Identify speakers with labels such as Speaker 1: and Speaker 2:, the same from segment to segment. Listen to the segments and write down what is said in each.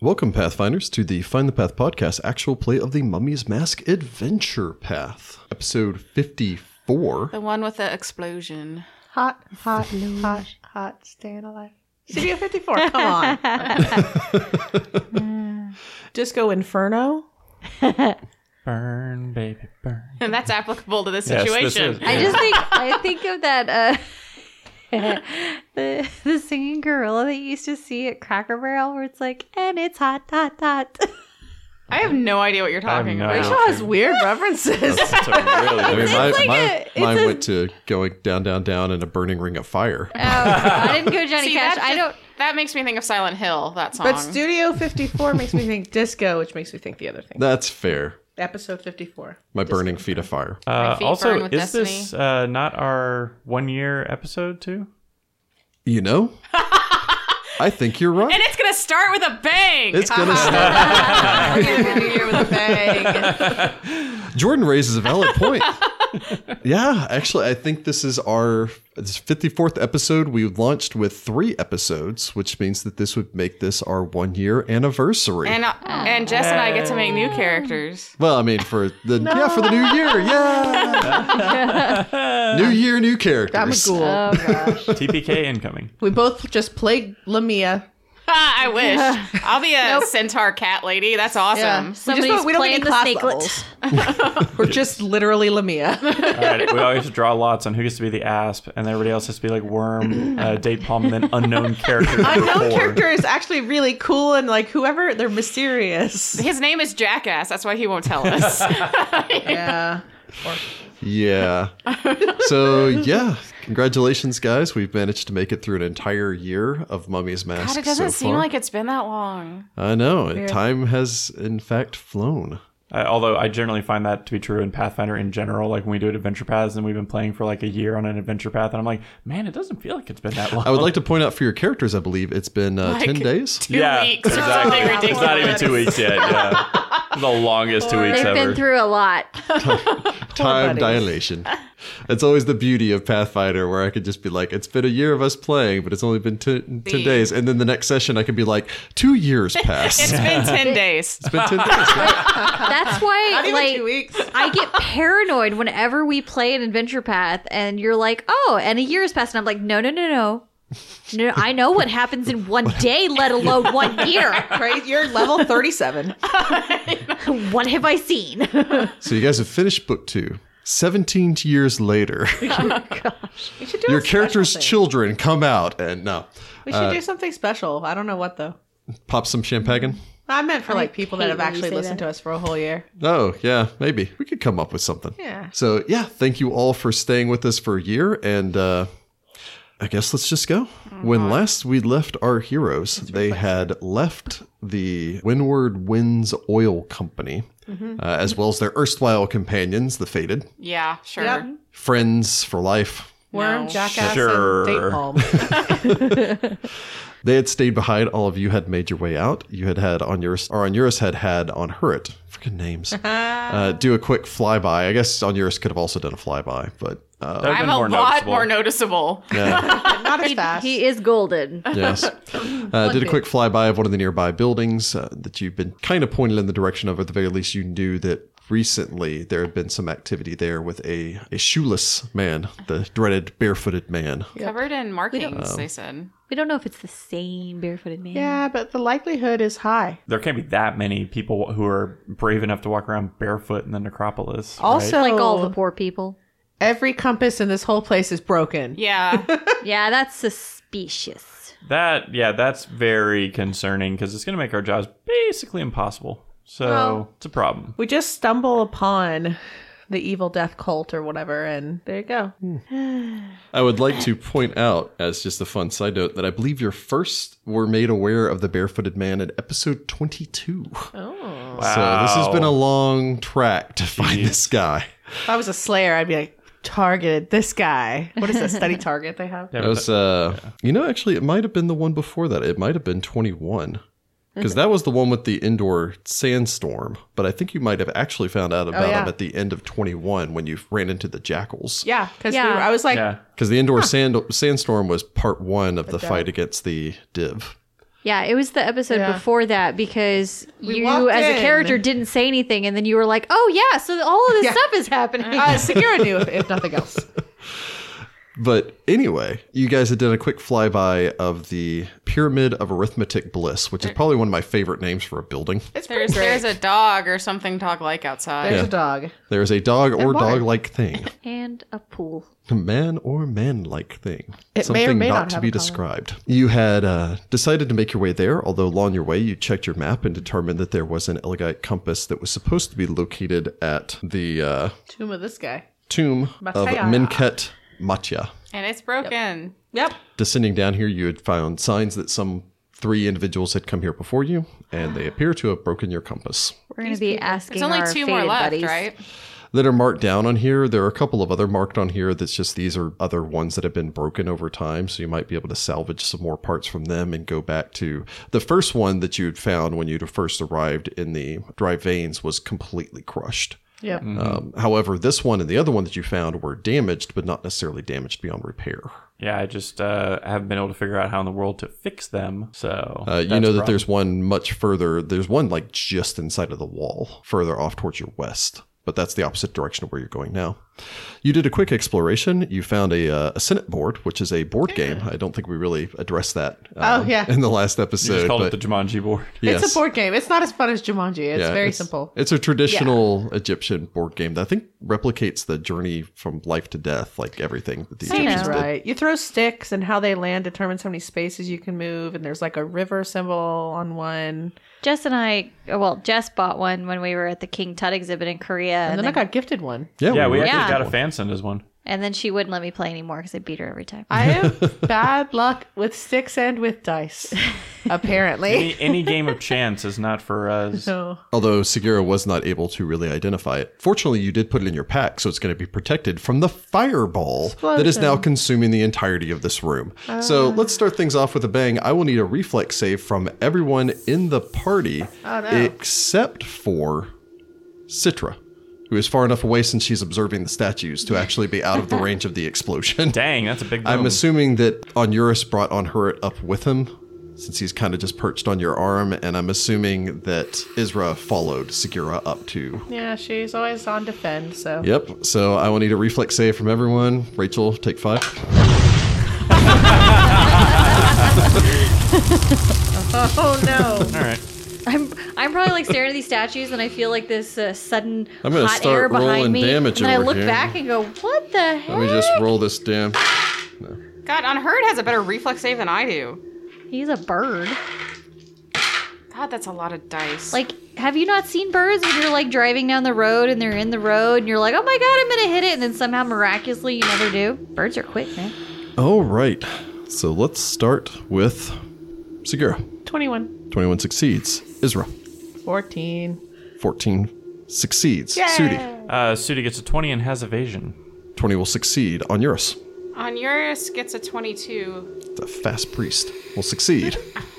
Speaker 1: Welcome, Pathfinders, to the Find the Path podcast actual play of the Mummy's Mask Adventure Path, episode 54.
Speaker 2: The one with the explosion.
Speaker 3: Hot, hot, hot, hot, staying alive. Studio 54, come on. Disco Inferno?
Speaker 4: Burn, baby, burn.
Speaker 2: And that's applicable to this
Speaker 4: Yes, this
Speaker 2: situation.
Speaker 4: is-
Speaker 5: I just think I think of that uh the the singing gorilla that you used to see at Cracker Barrel where it's like and it's hot dot dot.
Speaker 3: Oh,
Speaker 2: I have no idea what you're
Speaker 4: I have
Speaker 2: talking
Speaker 4: no
Speaker 2: about.
Speaker 4: idea.
Speaker 3: Rachel has weird references.
Speaker 4: That's a really
Speaker 1: I mean, my,
Speaker 5: like
Speaker 1: my,
Speaker 5: a-
Speaker 1: mine
Speaker 5: it's a-
Speaker 1: went to going down, down, down in a burning ring of fire.
Speaker 5: Oh, I didn't go Johnny
Speaker 2: See,
Speaker 5: Cash.
Speaker 2: that's
Speaker 5: I
Speaker 2: just-
Speaker 5: don't
Speaker 2: That makes me think of Silent Hill, that song.
Speaker 3: but Studio 54 makes me think disco, which makes me think the other thing.
Speaker 1: That's fair.
Speaker 3: Episode 54.
Speaker 1: My burning feet of fire.
Speaker 4: Uh,
Speaker 2: feet burn
Speaker 4: also,
Speaker 2: with
Speaker 4: is this uh, not our one year episode too?
Speaker 1: You know? I think you're right.
Speaker 2: and it's going to start with a bang.
Speaker 1: It's going to stop.
Speaker 3: New year with a bang.
Speaker 1: Jordan raises a valid point. yeah, actually, I think this is our this 54th episode. We launched with three episodes, which means that this would make this our one year anniversary.
Speaker 2: and, uh, and Jess and I get to make new
Speaker 4: Oh.
Speaker 2: characters.
Speaker 1: well, I mean, for the yeah, for the new year, yeah. new year, new characters.
Speaker 3: I'm a ghoul.
Speaker 4: TPK incoming.
Speaker 3: we both just played Lamia.
Speaker 2: Ha, I wish. I'll be a centaur cat lady. That's awesome.
Speaker 3: We
Speaker 5: somebody's
Speaker 3: just don't- we don't
Speaker 5: playing
Speaker 3: need
Speaker 5: the
Speaker 3: class
Speaker 5: snakelet.
Speaker 3: levels. We're just literally Lamia.
Speaker 4: All right, we always draw lots on who gets to be the asp, and everybody else has to be like worm, uh, date palm, and then unknown character. number
Speaker 3: Unknown
Speaker 4: four.
Speaker 3: character is actually really cool and like whoever, they're mysterious.
Speaker 2: His name is Jackass. That's why he won't tell us.
Speaker 3: Yeah.
Speaker 1: Yeah. so yeah, congratulations, guys. We've managed to make it through an entire year of Mummy's Mask.
Speaker 2: God, it doesn't
Speaker 1: so
Speaker 2: seem
Speaker 1: far.
Speaker 2: like it's been that long.
Speaker 1: I know. Time has in fact flown.
Speaker 4: Uh, although I generally find that to be true in Pathfinder in general. Like when we do adventure paths, and we've been playing for like a year on an adventure path, and I'm like, man, it doesn't feel like it's been that long.
Speaker 1: I would like to point out for your characters, I believe it's been uh,
Speaker 2: Like-
Speaker 1: 10 days.
Speaker 2: Two weeks or something
Speaker 4: It's not even
Speaker 2: ridiculous.
Speaker 4: two weeks yet. Yeah. the longest two weeks
Speaker 5: They've
Speaker 4: ever.
Speaker 5: been through a lot.
Speaker 1: Time
Speaker 3: buddies.
Speaker 1: dilation. That's always the beauty of Pathfinder, where I could just be like, it's been a year of us playing, but it's only been t- 10 days. And then the next session, I could be like, two years
Speaker 2: It's
Speaker 1: passed.
Speaker 2: been 10 days.
Speaker 1: it's been 10 days. yeah.
Speaker 5: That's
Speaker 3: Not
Speaker 5: why
Speaker 3: even
Speaker 5: like
Speaker 3: two weeks.
Speaker 5: I get paranoid whenever we play an adventure path and you're like, "Oh, and a year has passed." And I'm like, "No, no, no, no." No, no, I know what happens in one day, let alone one year.
Speaker 3: Crazy. You're level 37.
Speaker 5: What have I seen?
Speaker 1: So you guys have finished book two. 17 years later,
Speaker 3: We should do
Speaker 1: your
Speaker 3: a special
Speaker 1: character's
Speaker 3: thing.
Speaker 1: children come out and uh, no,
Speaker 3: We should do something special. I don't know what though.
Speaker 1: pop some champagne.
Speaker 3: I meant for like people that
Speaker 5: hate
Speaker 3: have
Speaker 5: when you
Speaker 3: actually
Speaker 5: say
Speaker 3: listened
Speaker 5: that.
Speaker 3: to us for a whole year.
Speaker 1: Oh, yeah, maybe. We could come up with something.
Speaker 3: Yeah.
Speaker 1: So, yeah, thank you all for staying with us for a year. And uh, I guess let's just go. When last we left our heroes, they had left the Windward Winds Oil Company, uh, as well as their erstwhile companions, the Faded,
Speaker 2: Yeah, sure.
Speaker 3: Yep.
Speaker 1: friends for life.
Speaker 3: Worm,
Speaker 2: No.
Speaker 3: jackass, and
Speaker 4: Sure.
Speaker 3: date palm.
Speaker 1: They had stayed behind. All of you had made your way out. You had had on Eurus, or on Eurus had had on Hurrit. Freaking names. uh, do a quick flyby. I guess on Eurus could have also done a flyby, but uh,
Speaker 4: That would've
Speaker 2: I'm
Speaker 4: been
Speaker 2: a
Speaker 4: more
Speaker 2: lot
Speaker 4: noticeable.
Speaker 2: more noticeable.
Speaker 3: Not as fast.
Speaker 5: He is golden.
Speaker 1: Yes. Uh, did a quick flyby of one of the nearby buildings uh, that you've been kind of pointed in the direction of. At the very least, you knew that recently there had been some activity there with a, a shoeless man, the dreaded barefooted man.
Speaker 2: Covered in markings, they said.
Speaker 5: We don't know if it's the same barefooted man.
Speaker 3: yeah, but the likelihood is high.
Speaker 4: there can't be that many people who are brave enough to walk around barefoot in the necropolis.
Speaker 5: Oh.
Speaker 4: right?
Speaker 3: Also,
Speaker 5: Like all the poor people.
Speaker 3: every compass in this whole place is broken.
Speaker 2: Yeah.
Speaker 5: Yeah, that's suspicious.
Speaker 4: that yeah, that's very concerning because it's going to make our jobs basically impossible. So
Speaker 5: Oh.
Speaker 4: it's a problem.
Speaker 3: We just stumble upon the evil death cult or whatever, and there you go.
Speaker 1: I would like to point out, as just a fun side note, that I believe your first were made aware of the barefooted man in episode 22.
Speaker 3: Oh,
Speaker 4: Wow.
Speaker 1: So this has been a long track to find
Speaker 4: Jeez.
Speaker 1: this guy.
Speaker 3: if I was a slayer, I'd be like targeted. This guy. What is that study target they have?
Speaker 4: Yeah,
Speaker 1: That
Speaker 4: but
Speaker 1: was, uh, you know, actually, it might have been the one before that. It might have been 21.
Speaker 3: Mm-hmm.
Speaker 1: Because that was the one with the indoor sandstorm. But I think you might have actually found out about
Speaker 3: Oh, yeah.
Speaker 1: him at the end of 21 when you ran into the jackals.
Speaker 3: Yeah, because
Speaker 5: Yeah.
Speaker 3: I was like,
Speaker 4: yeah.
Speaker 1: Because the indoor sand, sandstorm was part one of the fight against the div.
Speaker 5: Yeah, it was the episode
Speaker 3: Yeah.
Speaker 5: before that because
Speaker 3: We
Speaker 5: you,
Speaker 3: walked
Speaker 5: as a
Speaker 3: in.
Speaker 5: character, didn't say anything, and then you were like, "Oh yeah, so all of this
Speaker 3: Yeah.
Speaker 5: stuff is happening."
Speaker 3: Uh, Segura knew, if, if nothing else.
Speaker 1: But anyway, you guys had done a quick flyby of the Pyramid of Arithmetic Bliss,
Speaker 3: Mm.
Speaker 1: which is probably one of my favorite names for a building.
Speaker 2: It's there's there's a dog or something dog like outside.
Speaker 3: There's
Speaker 1: Yeah.
Speaker 3: a dog.
Speaker 1: There is a dog or
Speaker 3: water.
Speaker 1: dog like thing,
Speaker 5: and a pool.
Speaker 1: a man or man like thing.
Speaker 3: It may or
Speaker 1: Something
Speaker 3: may
Speaker 1: not,
Speaker 3: not
Speaker 1: to
Speaker 3: have
Speaker 1: be
Speaker 3: a color.
Speaker 1: described. You had uh, decided to make your way there, although along your way you checked your map and determined that there was an Elegite compass that was supposed to be located at the uh,
Speaker 3: Tomb of this guy.
Speaker 1: tomb of
Speaker 3: Mataya.
Speaker 1: Menket Matya.
Speaker 2: And it's broken.
Speaker 3: Yep.
Speaker 1: descending down here, you had found signs that some three individuals had come here before you, and they appear to have broken your compass.
Speaker 5: We're gonna be asking.
Speaker 2: It's only
Speaker 5: our
Speaker 2: two more
Speaker 5: fated
Speaker 2: left,
Speaker 5: buddies.
Speaker 2: right?
Speaker 1: That are marked down on here. There are a couple of other marked on here. That's just these are other ones that have been broken over time, so you might be able to salvage some more parts from them and go back to the first one that you had found when you would first arrived in the dry veins was completely crushed.
Speaker 3: Yep.
Speaker 1: Um, however, this one and the other one that you found were damaged, but not necessarily damaged beyond repair.
Speaker 4: Yeah, I just uh, haven't been able to figure out how in the world to fix them. So
Speaker 1: Uh, you
Speaker 4: that's
Speaker 1: know that
Speaker 4: a problem.
Speaker 1: there's one much further. There's one like just inside of the wall, further off towards your west. But that's the opposite direction of where you're going now. You did a quick exploration. You found a, uh, a Senate board, which is a board game. I don't think we really addressed that. uh,
Speaker 3: Oh, yeah.
Speaker 1: in the last
Speaker 4: You
Speaker 1: episode.
Speaker 4: just called
Speaker 1: but
Speaker 4: it the Jumanji board.
Speaker 1: yes.
Speaker 3: It's a board game. It's not as fun as Jumanji. It's
Speaker 1: Yeah,
Speaker 3: very simple.
Speaker 1: It's a traditional Egyptian board game that I think replicates the journey from life to death, like everything that the
Speaker 5: Seems
Speaker 1: Egyptians
Speaker 3: That's
Speaker 1: did.
Speaker 3: right. You throw sticks, and how they land determines how many spaces you can move. And there's like a river symbol on one.
Speaker 5: Jess and I, well, Jess bought one when we were at the King Tut exhibit in Korea,
Speaker 3: And,
Speaker 5: and,
Speaker 3: then
Speaker 5: then,
Speaker 3: I got gifted one.
Speaker 1: Yeah,
Speaker 4: Yeah, we
Speaker 1: were-
Speaker 4: actually
Speaker 5: Yeah.
Speaker 4: got a fan send us one.
Speaker 5: and then she wouldn't let me play anymore because I beat her every time.
Speaker 3: I have bad luck with sticks and with dice, apparently.
Speaker 4: Any, any game of chance is not for us.
Speaker 3: so
Speaker 1: Although Segura was not able to really identify it. Fortunately, you did put it in your pack, so it's going to be protected from the fireball that is now consuming the entirety of this room. so let's start things off with a bang. I will need a reflex save from everyone in the party except for Citra, who is far enough away since she's observing the statues to actually be out of the range of the explosion.
Speaker 4: Dang, that's a big. Boom.
Speaker 1: I'm assuming that Onuris brought Onhurit up with him, since he's kind of just perched on your arm, and I'm assuming that Isra followed Segura up too.
Speaker 3: yeah, she's always on defend. So
Speaker 1: Yep. So I will need a reflex save from everyone. Rachel, take five.
Speaker 3: oh no,
Speaker 4: All right.
Speaker 5: I'm I'm probably like staring at these statues, and I feel like this uh, sudden
Speaker 1: I'm gonna
Speaker 5: hot
Speaker 1: start
Speaker 5: air
Speaker 1: rolling
Speaker 5: behind me,
Speaker 1: damage
Speaker 5: and then I
Speaker 1: over
Speaker 5: look
Speaker 1: here.
Speaker 5: back and go, "What the heck?"
Speaker 1: Let me just roll this damn.
Speaker 2: God, Unheard has a better reflex save than I do.
Speaker 5: He's a bird.
Speaker 2: God, that's a lot of dice.
Speaker 5: Like, have you not seen birds when you're like driving down the road and they're in the road and you're like, "Oh my god, I'm gonna hit it," and then somehow miraculously you never do. Birds are quick, man.
Speaker 1: All right. So let's start with Segura.
Speaker 3: 21,
Speaker 1: 21 succeeds. Isra.
Speaker 3: 14.
Speaker 1: 14 succeeds. Sudi.
Speaker 4: Uh, Sudi gets a twenty and has evasion.
Speaker 1: 20 will succeed. Onuris.
Speaker 2: Onuris gets a 22,
Speaker 1: The fast priest will succeed.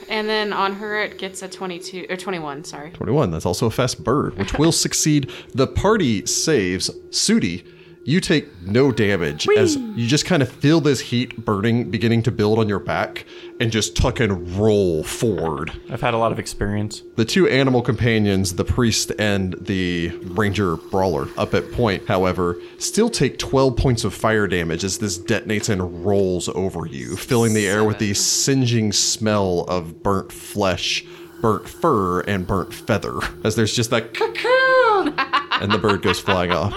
Speaker 2: and then Onhurit gets a 22 or 21. Sorry.
Speaker 1: 21. That's also a fast bird, which will succeed. The party saves. Sudi, you take no damage as you just kind of feel this heat burning beginning to build on your back and just tuck and roll forward.
Speaker 4: I've had a lot of experience.
Speaker 1: The two animal companions, the priest and the ranger brawler up at point, however, still take 12 points of fire damage as this detonates and rolls over you, filling the air with the singeing smell of burnt flesh, burnt fur, and burnt feather. As there's just that cocoon, and the bird goes flying off.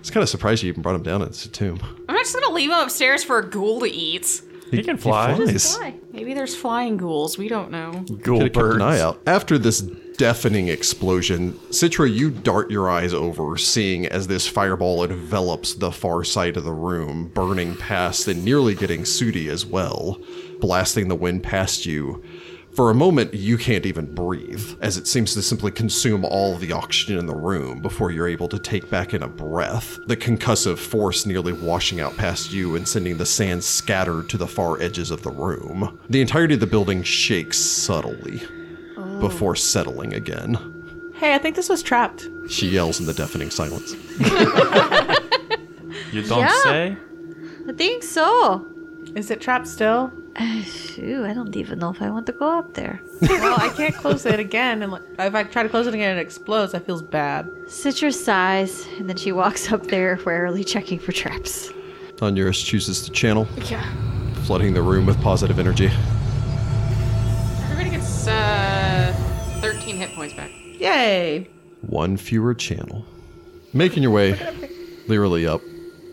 Speaker 1: It's kind of surprised you even brought him down into the tomb.
Speaker 2: I'm not just gonna leave him upstairs for a ghoul to eat.
Speaker 4: He, can fly.
Speaker 1: Nice.
Speaker 2: Maybe there's flying ghouls. We don't know.
Speaker 4: Ghoul
Speaker 1: Could have kept an eye
Speaker 4: birds.
Speaker 1: out. After this deafening explosion, Citra, you dart your eyes over, seeing as this fireball envelops the far side of the room, burning past and nearly getting Sudi as well, blasting the wind past you. For a moment, you can't even breathe, as it seems to simply consume all the oxygen in the room before you're able to take back in a breath. The concussive force nearly washing out past you and sending the sand scattered to the far edges of the room. The entirety of the building shakes subtly before settling again.
Speaker 3: Hey, I think this was trapped.
Speaker 1: She yells in the deafening silence.
Speaker 4: You don't
Speaker 5: Yeah.
Speaker 4: say.
Speaker 5: I think so.
Speaker 3: Is it trapped still?
Speaker 5: Ooh, I don't even know if I want to go up there.
Speaker 3: well, I can't close it again. And like, if I try to close it again, it explodes. That feels bad.
Speaker 5: Citrus sighs, and then she walks up there, warily checking for traps.
Speaker 1: Onuris chooses to channel,
Speaker 2: Yeah.
Speaker 1: flooding the room with positive energy.
Speaker 2: Everybody gets uh, 13 hit points back.
Speaker 3: Yay!
Speaker 1: One fewer channel. Making your way leerily up,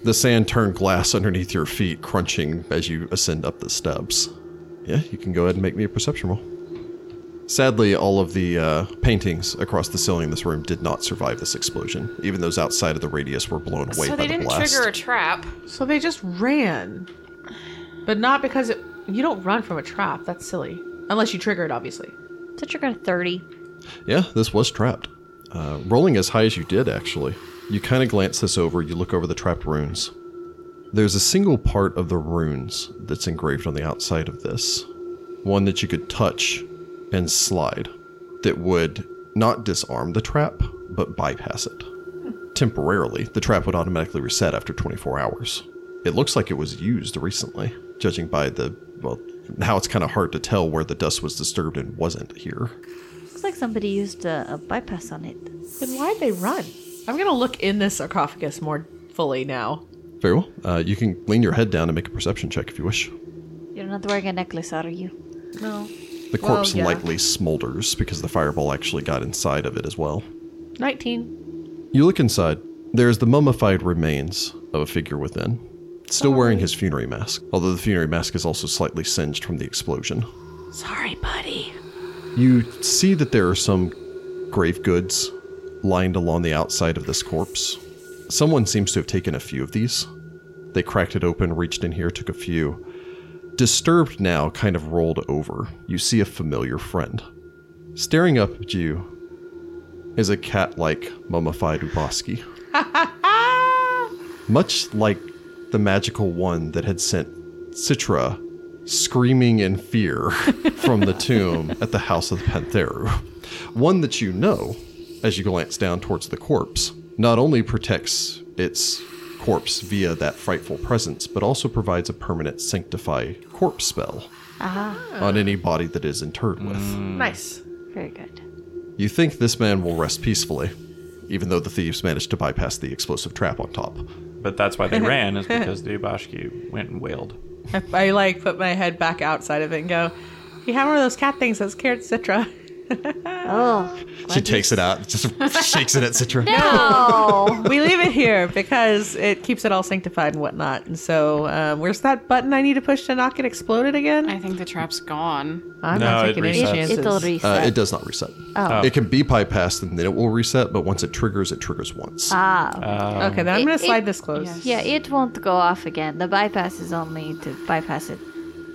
Speaker 1: the sand turned glass underneath your feet, crunching as you ascend up the steps. Yeah, you can go ahead and make me a perception roll. Sadly, all of the uh, paintings across the ceiling of this room did not survive this explosion. Even those outside of the radius were blown away
Speaker 2: so
Speaker 1: by
Speaker 2: they
Speaker 1: the
Speaker 2: didn't
Speaker 1: blast.
Speaker 2: trigger a trap.
Speaker 3: So they just ran, but not because it. You don't run from a trap. That's silly. Unless you trigger it, obviously.
Speaker 5: So trigger 30.
Speaker 1: Yeah, this was trapped. Uh, rolling as high as you did, actually. You kind of glance this over, you look over the trapped runes. There's a single part of the runes that's engraved on the outside of this. One that you could touch and slide that would not disarm the trap, but bypass it. Temporarily, the trap would automatically reset after 24 hours. It looks like it was used recently, judging by the, well, now it's kind of hard to tell where the dust was disturbed and wasn't here.
Speaker 5: Looks like somebody used a, a bypass on it.
Speaker 3: Then why'd they run? I'm gonna look in this sarcophagus more fully now.
Speaker 1: Very well. Uh, you can lean your head down and make a perception check if you wish.
Speaker 5: You're not wearing a necklace, are you?
Speaker 3: No.
Speaker 1: The corpse
Speaker 3: yeah.
Speaker 1: lightly smolders because the fireball actually got inside of it as well.
Speaker 3: 19.
Speaker 1: You look inside. There's the mummified remains of a figure within, still wearing his funerary mask, although the funerary mask is also slightly singed from the explosion.
Speaker 3: Sorry, buddy.
Speaker 1: You see that there are some grave goods lined along the outside of this corpse. Someone seems to have taken a few of these. They cracked it open, reached in here, took a few. Disturbed now, kind of rolled over. You see a familiar friend. Staring up at you is a cat like mummified Uboski. Much like the magical one that had sent Citra screaming in fear from the tomb at the house of the Pantheru. One that you know, as you glance down towards the corpse, not only protects its corpse via that frightful presence, but also provides a permanent sanctify corpse spell on any body that is interred with.
Speaker 3: Hmm. Nice.
Speaker 5: Very good.
Speaker 1: You think this man will rest peacefully, even though the thieves managed to bypass the explosive trap on top.
Speaker 4: But that's why they ran, is because the Ubashki went and wailed.
Speaker 3: I, I like put my head back outside of it and go, you have one of those cat things that scared Citra.
Speaker 5: Oh.
Speaker 1: she takes it out, just shakes it at Citra.
Speaker 5: No!
Speaker 3: we leave it here because it keeps it all sanctified and whatnot. And so, um, where's that button I need to push to knock it exploded again?
Speaker 2: I think the trap's gone.
Speaker 3: I'm
Speaker 4: No,
Speaker 3: not
Speaker 4: it
Speaker 3: taking any
Speaker 4: resets.
Speaker 3: chances.
Speaker 5: It'll reset.
Speaker 1: Uh, it does not reset.
Speaker 4: Oh.
Speaker 1: It can be bypassed and then it will reset, but once it triggers, it triggers once.
Speaker 5: ah.
Speaker 4: Um,
Speaker 3: okay, then I'm
Speaker 5: It-
Speaker 3: gonna
Speaker 5: it-
Speaker 3: slide this close.
Speaker 5: Yeah, it won't go off again. The bypass is only to bypass it,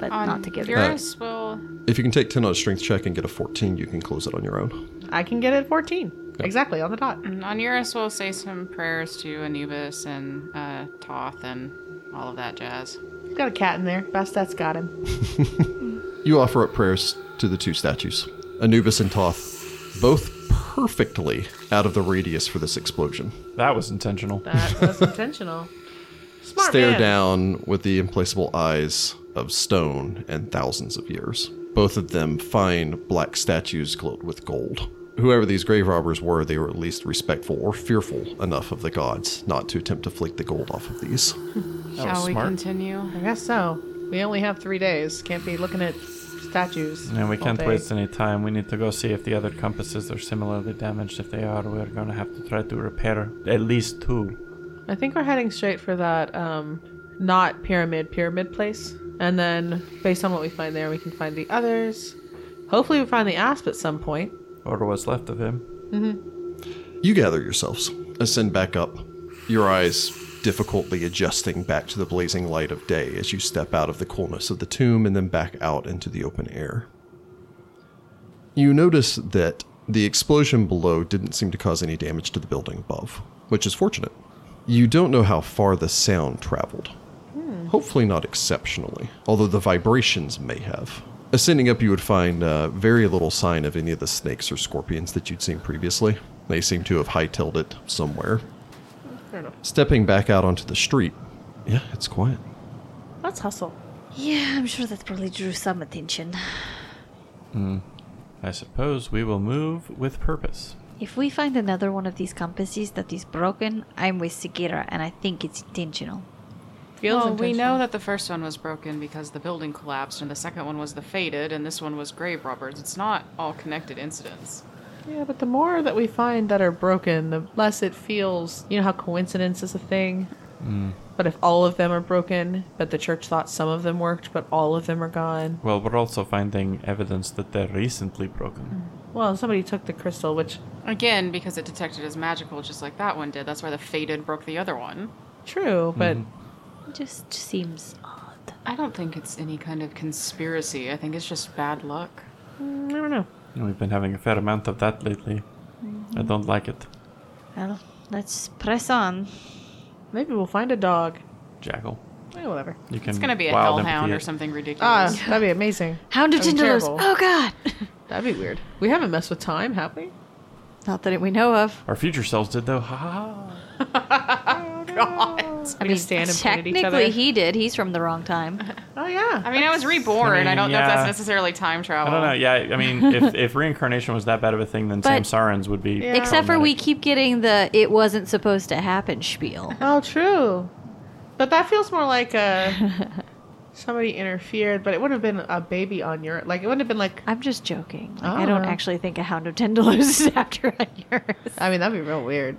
Speaker 5: but not to give it.
Speaker 2: Yours will.
Speaker 1: If you can take 10 on a strength check and get a 14, you can close it on your own.
Speaker 3: I can get it 14. Exactly on the dot.
Speaker 2: Onuris will say some prayers to Anubis and uh, Toth and all of that jazz.
Speaker 3: Got a cat in there. Bastat's got him.
Speaker 1: You offer up prayers to the two statues, Anubis and Toth, both perfectly out of the radius for this explosion.
Speaker 4: that was intentional.
Speaker 3: That was intentional. Smart
Speaker 1: Stare
Speaker 3: man.
Speaker 1: down with the implaceable eyes of stone and thousands of years. Both of them fine black statues glowed with gold. Whoever these grave robbers were, they were at least respectful or fearful enough of the gods not to attempt to flake the gold off of these.
Speaker 4: That was
Speaker 2: Shall we
Speaker 4: smart.
Speaker 2: continue?
Speaker 3: I guess so. We only have three days. Can't be looking at statues.
Speaker 4: And we
Speaker 3: all
Speaker 4: can't
Speaker 3: day.
Speaker 4: waste any time. We need to go see if the other compasses are similarly damaged. If they are, we're going to have to try to repair at least two.
Speaker 3: I think we're heading straight for that um, not pyramid pyramid place, and then based on what we find there, we can find the others. Hopefully, we find the asp at some point.
Speaker 4: Or what's left of him.
Speaker 1: You gather yourselves, ascend back up, your eyes difficultly adjusting back to the blazing light of day as you step out of the coolness of the tomb and then back out into the open air. You notice that the explosion below didn't seem to cause any damage to the building above, which is fortunate. You don't know how far the sound traveled. Hopefully, not exceptionally, although the vibrations may have. Ascending up, you would find uh, very little sign of any of the snakes or scorpions that you'd seen previously. They seem to have hightailed it somewhere.
Speaker 3: Fair enough.
Speaker 1: Stepping back out onto the street, yeah, it's quiet. Uh.
Speaker 3: Let's hustle.
Speaker 5: Yeah, I'm sure that probably drew some attention.
Speaker 4: I suppose we will move with purpose.
Speaker 5: If we find another one of these compasses that is broken, I'm with Sagira, and I think it's intentional.
Speaker 3: Feels
Speaker 2: well, we
Speaker 3: intentional.
Speaker 2: know that the first one was broken because the building collapsed, and the second one was the faded, and this one was grave robbers. It's not all connected incidents.
Speaker 3: Yeah, but the more that we find that are broken, the less it feels. You know how coincidence is a thing? But if all of them are broken, but the church thought some of them worked, but all of them are gone.
Speaker 4: Well, we're also finding evidence that they're recently broken.
Speaker 2: Mm.
Speaker 3: Well, somebody took the crystal, which,
Speaker 2: Again, because it detected as magical, just like that one did. That's why the faded broke the other one.
Speaker 3: true, but
Speaker 5: It just seems odd.
Speaker 2: I don't think it's any kind of conspiracy. I think it's just bad luck.
Speaker 3: mm, I don't know.
Speaker 4: And We've been having a fair amount of that lately.
Speaker 2: Mm-hmm.
Speaker 4: I don't like it.
Speaker 5: Well, let's press on.
Speaker 3: Maybe we'll find a dog.
Speaker 4: Jackal.
Speaker 3: Eh, whatever.
Speaker 4: You can
Speaker 2: It's gonna be a
Speaker 4: wild
Speaker 2: hellhound
Speaker 4: empathy
Speaker 2: or
Speaker 4: it.
Speaker 2: something
Speaker 3: Ah,
Speaker 2: ridiculous.
Speaker 3: that'd be amazing.
Speaker 5: Hound of
Speaker 3: That would be
Speaker 5: Tindalos!
Speaker 3: terrible.
Speaker 5: Oh god!
Speaker 3: That'd be weird. We haven't messed with time, have we?
Speaker 5: Not that we know of.
Speaker 4: Our future selves did, though. Ha ha.
Speaker 2: God.
Speaker 3: We just stand and point at each other.
Speaker 5: technically he did. He's from the wrong time.
Speaker 3: oh yeah.
Speaker 2: I mean, I was reborn. I,
Speaker 4: mean,
Speaker 2: don't know if that's
Speaker 4: yeah.
Speaker 2: necessarily time
Speaker 4: I
Speaker 2: travel.
Speaker 4: don't know. Yeah, I mean, if, if reincarnation was that bad of a thing, then
Speaker 5: But-
Speaker 4: Samsarans would be.
Speaker 3: Yeah.
Speaker 5: Except for we
Speaker 4: problematic.
Speaker 5: keep getting the "it wasn't supposed to happen" spiel.
Speaker 3: Oh, true. But that feels more like a somebody interfered. But it would have been a baby on your like. It would have been like.
Speaker 5: I'm just joking. Like, I don't
Speaker 3: Oh.
Speaker 5: actually think a Hound of Tindalos is after on yours.
Speaker 3: I mean, that'd be real weird.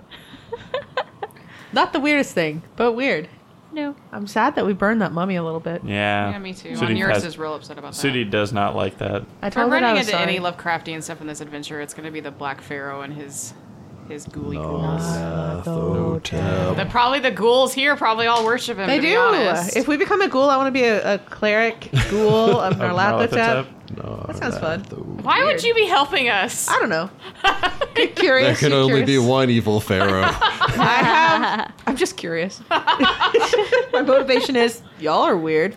Speaker 3: Not the weirdest thing, but weird.
Speaker 5: No.
Speaker 3: I'm sad that we burned that mummy a little bit.
Speaker 4: Yeah.
Speaker 2: Yeah, me too.
Speaker 4: Sudi
Speaker 2: On yours
Speaker 4: has-
Speaker 2: is real upset about that.
Speaker 4: Sudi does not like that.
Speaker 3: I
Speaker 2: If we're
Speaker 3: told her that I
Speaker 2: running
Speaker 3: was
Speaker 2: into
Speaker 3: sorry.
Speaker 2: any Lovecraftian stuff in this adventure, it's going to be the Black Pharaoh and his his ghouly
Speaker 1: Oh.
Speaker 2: ghouls.
Speaker 1: Nathotep.
Speaker 2: The, probably the ghouls here probably all worship him.
Speaker 3: they
Speaker 2: to be
Speaker 3: do.
Speaker 2: honest.
Speaker 3: If we become a ghoul, I want to be a, a cleric ghoul of
Speaker 4: Oh,
Speaker 3: Narlathotep.
Speaker 4: Narlathotep.
Speaker 3: That
Speaker 2: Oh,
Speaker 3: sounds fun.
Speaker 1: Narlathotep.
Speaker 2: Why
Speaker 3: Weird.
Speaker 2: would you be helping us?
Speaker 3: I don't know. Get curious.
Speaker 1: There can
Speaker 3: get
Speaker 1: only be
Speaker 3: curious.
Speaker 1: one evil pharaoh.
Speaker 3: I have. I'm just curious. My motivation is y'all are weird.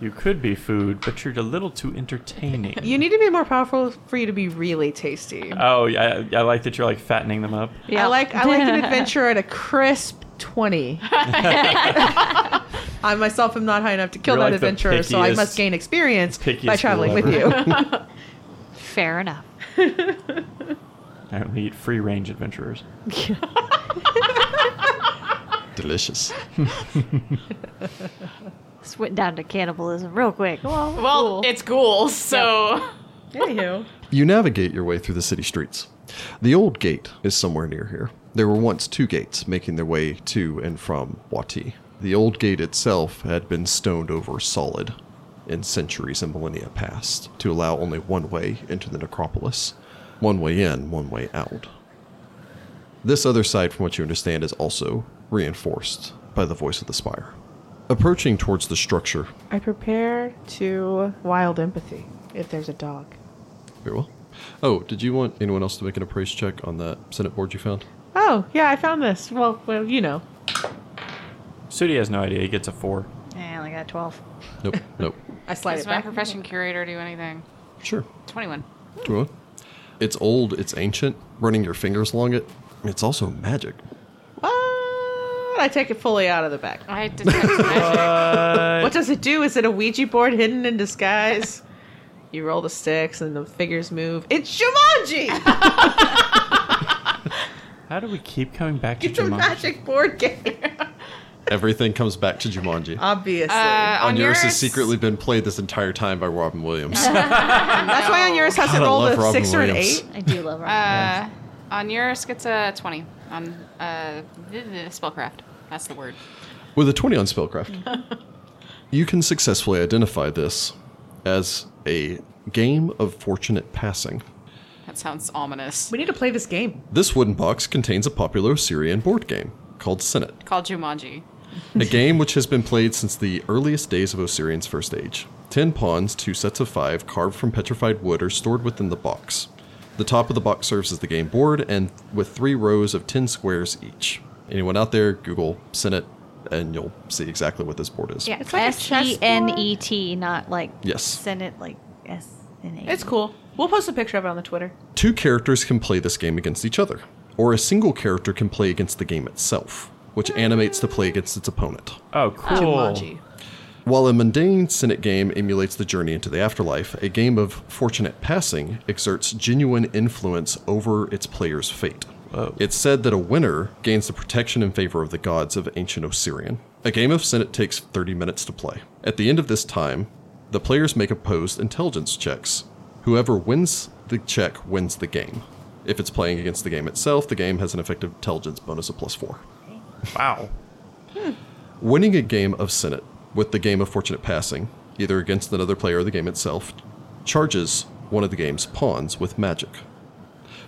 Speaker 4: You could be food, but you're a little too entertaining.
Speaker 3: You need to be more powerful for you to be really tasty.
Speaker 4: oh, yeah, I, I like that you're like fattening them up.
Speaker 5: Yeah.
Speaker 3: I like I like an adventure at a crisp twenty. I myself am not high enough to kill
Speaker 4: You're
Speaker 3: that
Speaker 4: like the
Speaker 3: adventurer, so I
Speaker 4: pickiest-
Speaker 3: must gain experience by
Speaker 4: pickiest
Speaker 3: traveling
Speaker 4: girl
Speaker 3: with you.
Speaker 5: Fair enough.
Speaker 4: I only eat free range adventurers.
Speaker 1: Delicious.
Speaker 5: This went down to cannibalism real quick.
Speaker 2: Well, it's ghouls, so
Speaker 3: anywho,
Speaker 1: You navigate your way through the city streets. The old gate is somewhere near here. There were once two gates making their way to and from Wati. The old gate itself had been stoned over solid in centuries and millennia past to allow only one way into the necropolis one way in, one way out. This other side, from what you understand, is also reinforced by the voice of the spire. Approaching towards the structure,
Speaker 3: I prepare to wild empathy if there's a dog.
Speaker 1: very well. Oh, did you want anyone else to make an appraise check on that Senate board you found?
Speaker 3: Oh yeah, I found this. Well, well, you know.
Speaker 4: Sudi has no idea. He gets a four.
Speaker 5: I only got 12.
Speaker 1: Nope. Nope.
Speaker 3: I slide
Speaker 2: does
Speaker 3: it
Speaker 2: my
Speaker 3: back.
Speaker 2: profession curator do anything?
Speaker 1: sure.
Speaker 2: Twenty-one.
Speaker 1: Go on. It's old. It's ancient. Running your fingers along it. It's also magic.
Speaker 3: What? I take it fully out of the back.
Speaker 2: I detect magic.
Speaker 3: What does it do? Is it a Ouija board hidden in disguise? you roll the sticks and the figures move. It's Shumanji!
Speaker 4: How do we keep coming back to
Speaker 3: It's a
Speaker 4: Jumanji?
Speaker 3: magic board game.
Speaker 1: Everything comes back to Jumanji.
Speaker 3: Obviously.
Speaker 2: Uh,
Speaker 1: on yours has secretly been played this entire time by Robin Williams.
Speaker 3: That's why on yours has
Speaker 1: God,
Speaker 3: to
Speaker 1: I
Speaker 3: roll
Speaker 1: love
Speaker 3: a
Speaker 1: Robin
Speaker 3: six or an
Speaker 1: Williams.
Speaker 3: eight.
Speaker 5: I do love Robin.
Speaker 2: Uh, on yours gets a twenty. On uh, th- th- spellcraft. That's the word.
Speaker 1: With a 20 on spellcraft, you can successfully identify this as a game of fortunate passing.
Speaker 2: That sounds ominous.
Speaker 3: We need to play this game.
Speaker 1: This wooden box contains a popular Syrian board game called Senate.
Speaker 2: Called Jumanji.
Speaker 1: a game which has been played since the earliest days of Osirian's first age. Ten pawns, two sets of five, carved from petrified wood, are stored within the box. The top of the box serves as the game board, and with three rows of ten squares each. Anyone out there, Google Senate, and you'll see exactly what this board is.
Speaker 5: yeah,
Speaker 3: it's like a
Speaker 5: S E N E T, not like
Speaker 1: Yes.
Speaker 5: Senate, like S N A.
Speaker 3: It's cool. We'll post a picture of it on the Twitter.
Speaker 1: Two characters can play this game against each other, or a single character can play against the game itself, which animates the play against its opponent.
Speaker 4: Oh, cool.
Speaker 3: Jumanji.
Speaker 1: While a mundane Senate game emulates the journey into the afterlife, a game of fortunate passing exerts genuine influence over its player's fate. It's said that a winner gains the protection and favor of the gods of ancient Osirian. A game of Senate takes 30 minutes to play. At the end of this time, the players make opposed intelligence checks. Whoever wins the check wins the game. If it's playing against the game itself, the game has an effective intelligence bonus of plus four.
Speaker 4: Wow.
Speaker 1: Winning a game of Senate with the game of Fortunate Passing, either against another player or the game itself, charges one of the game's pawns with magic.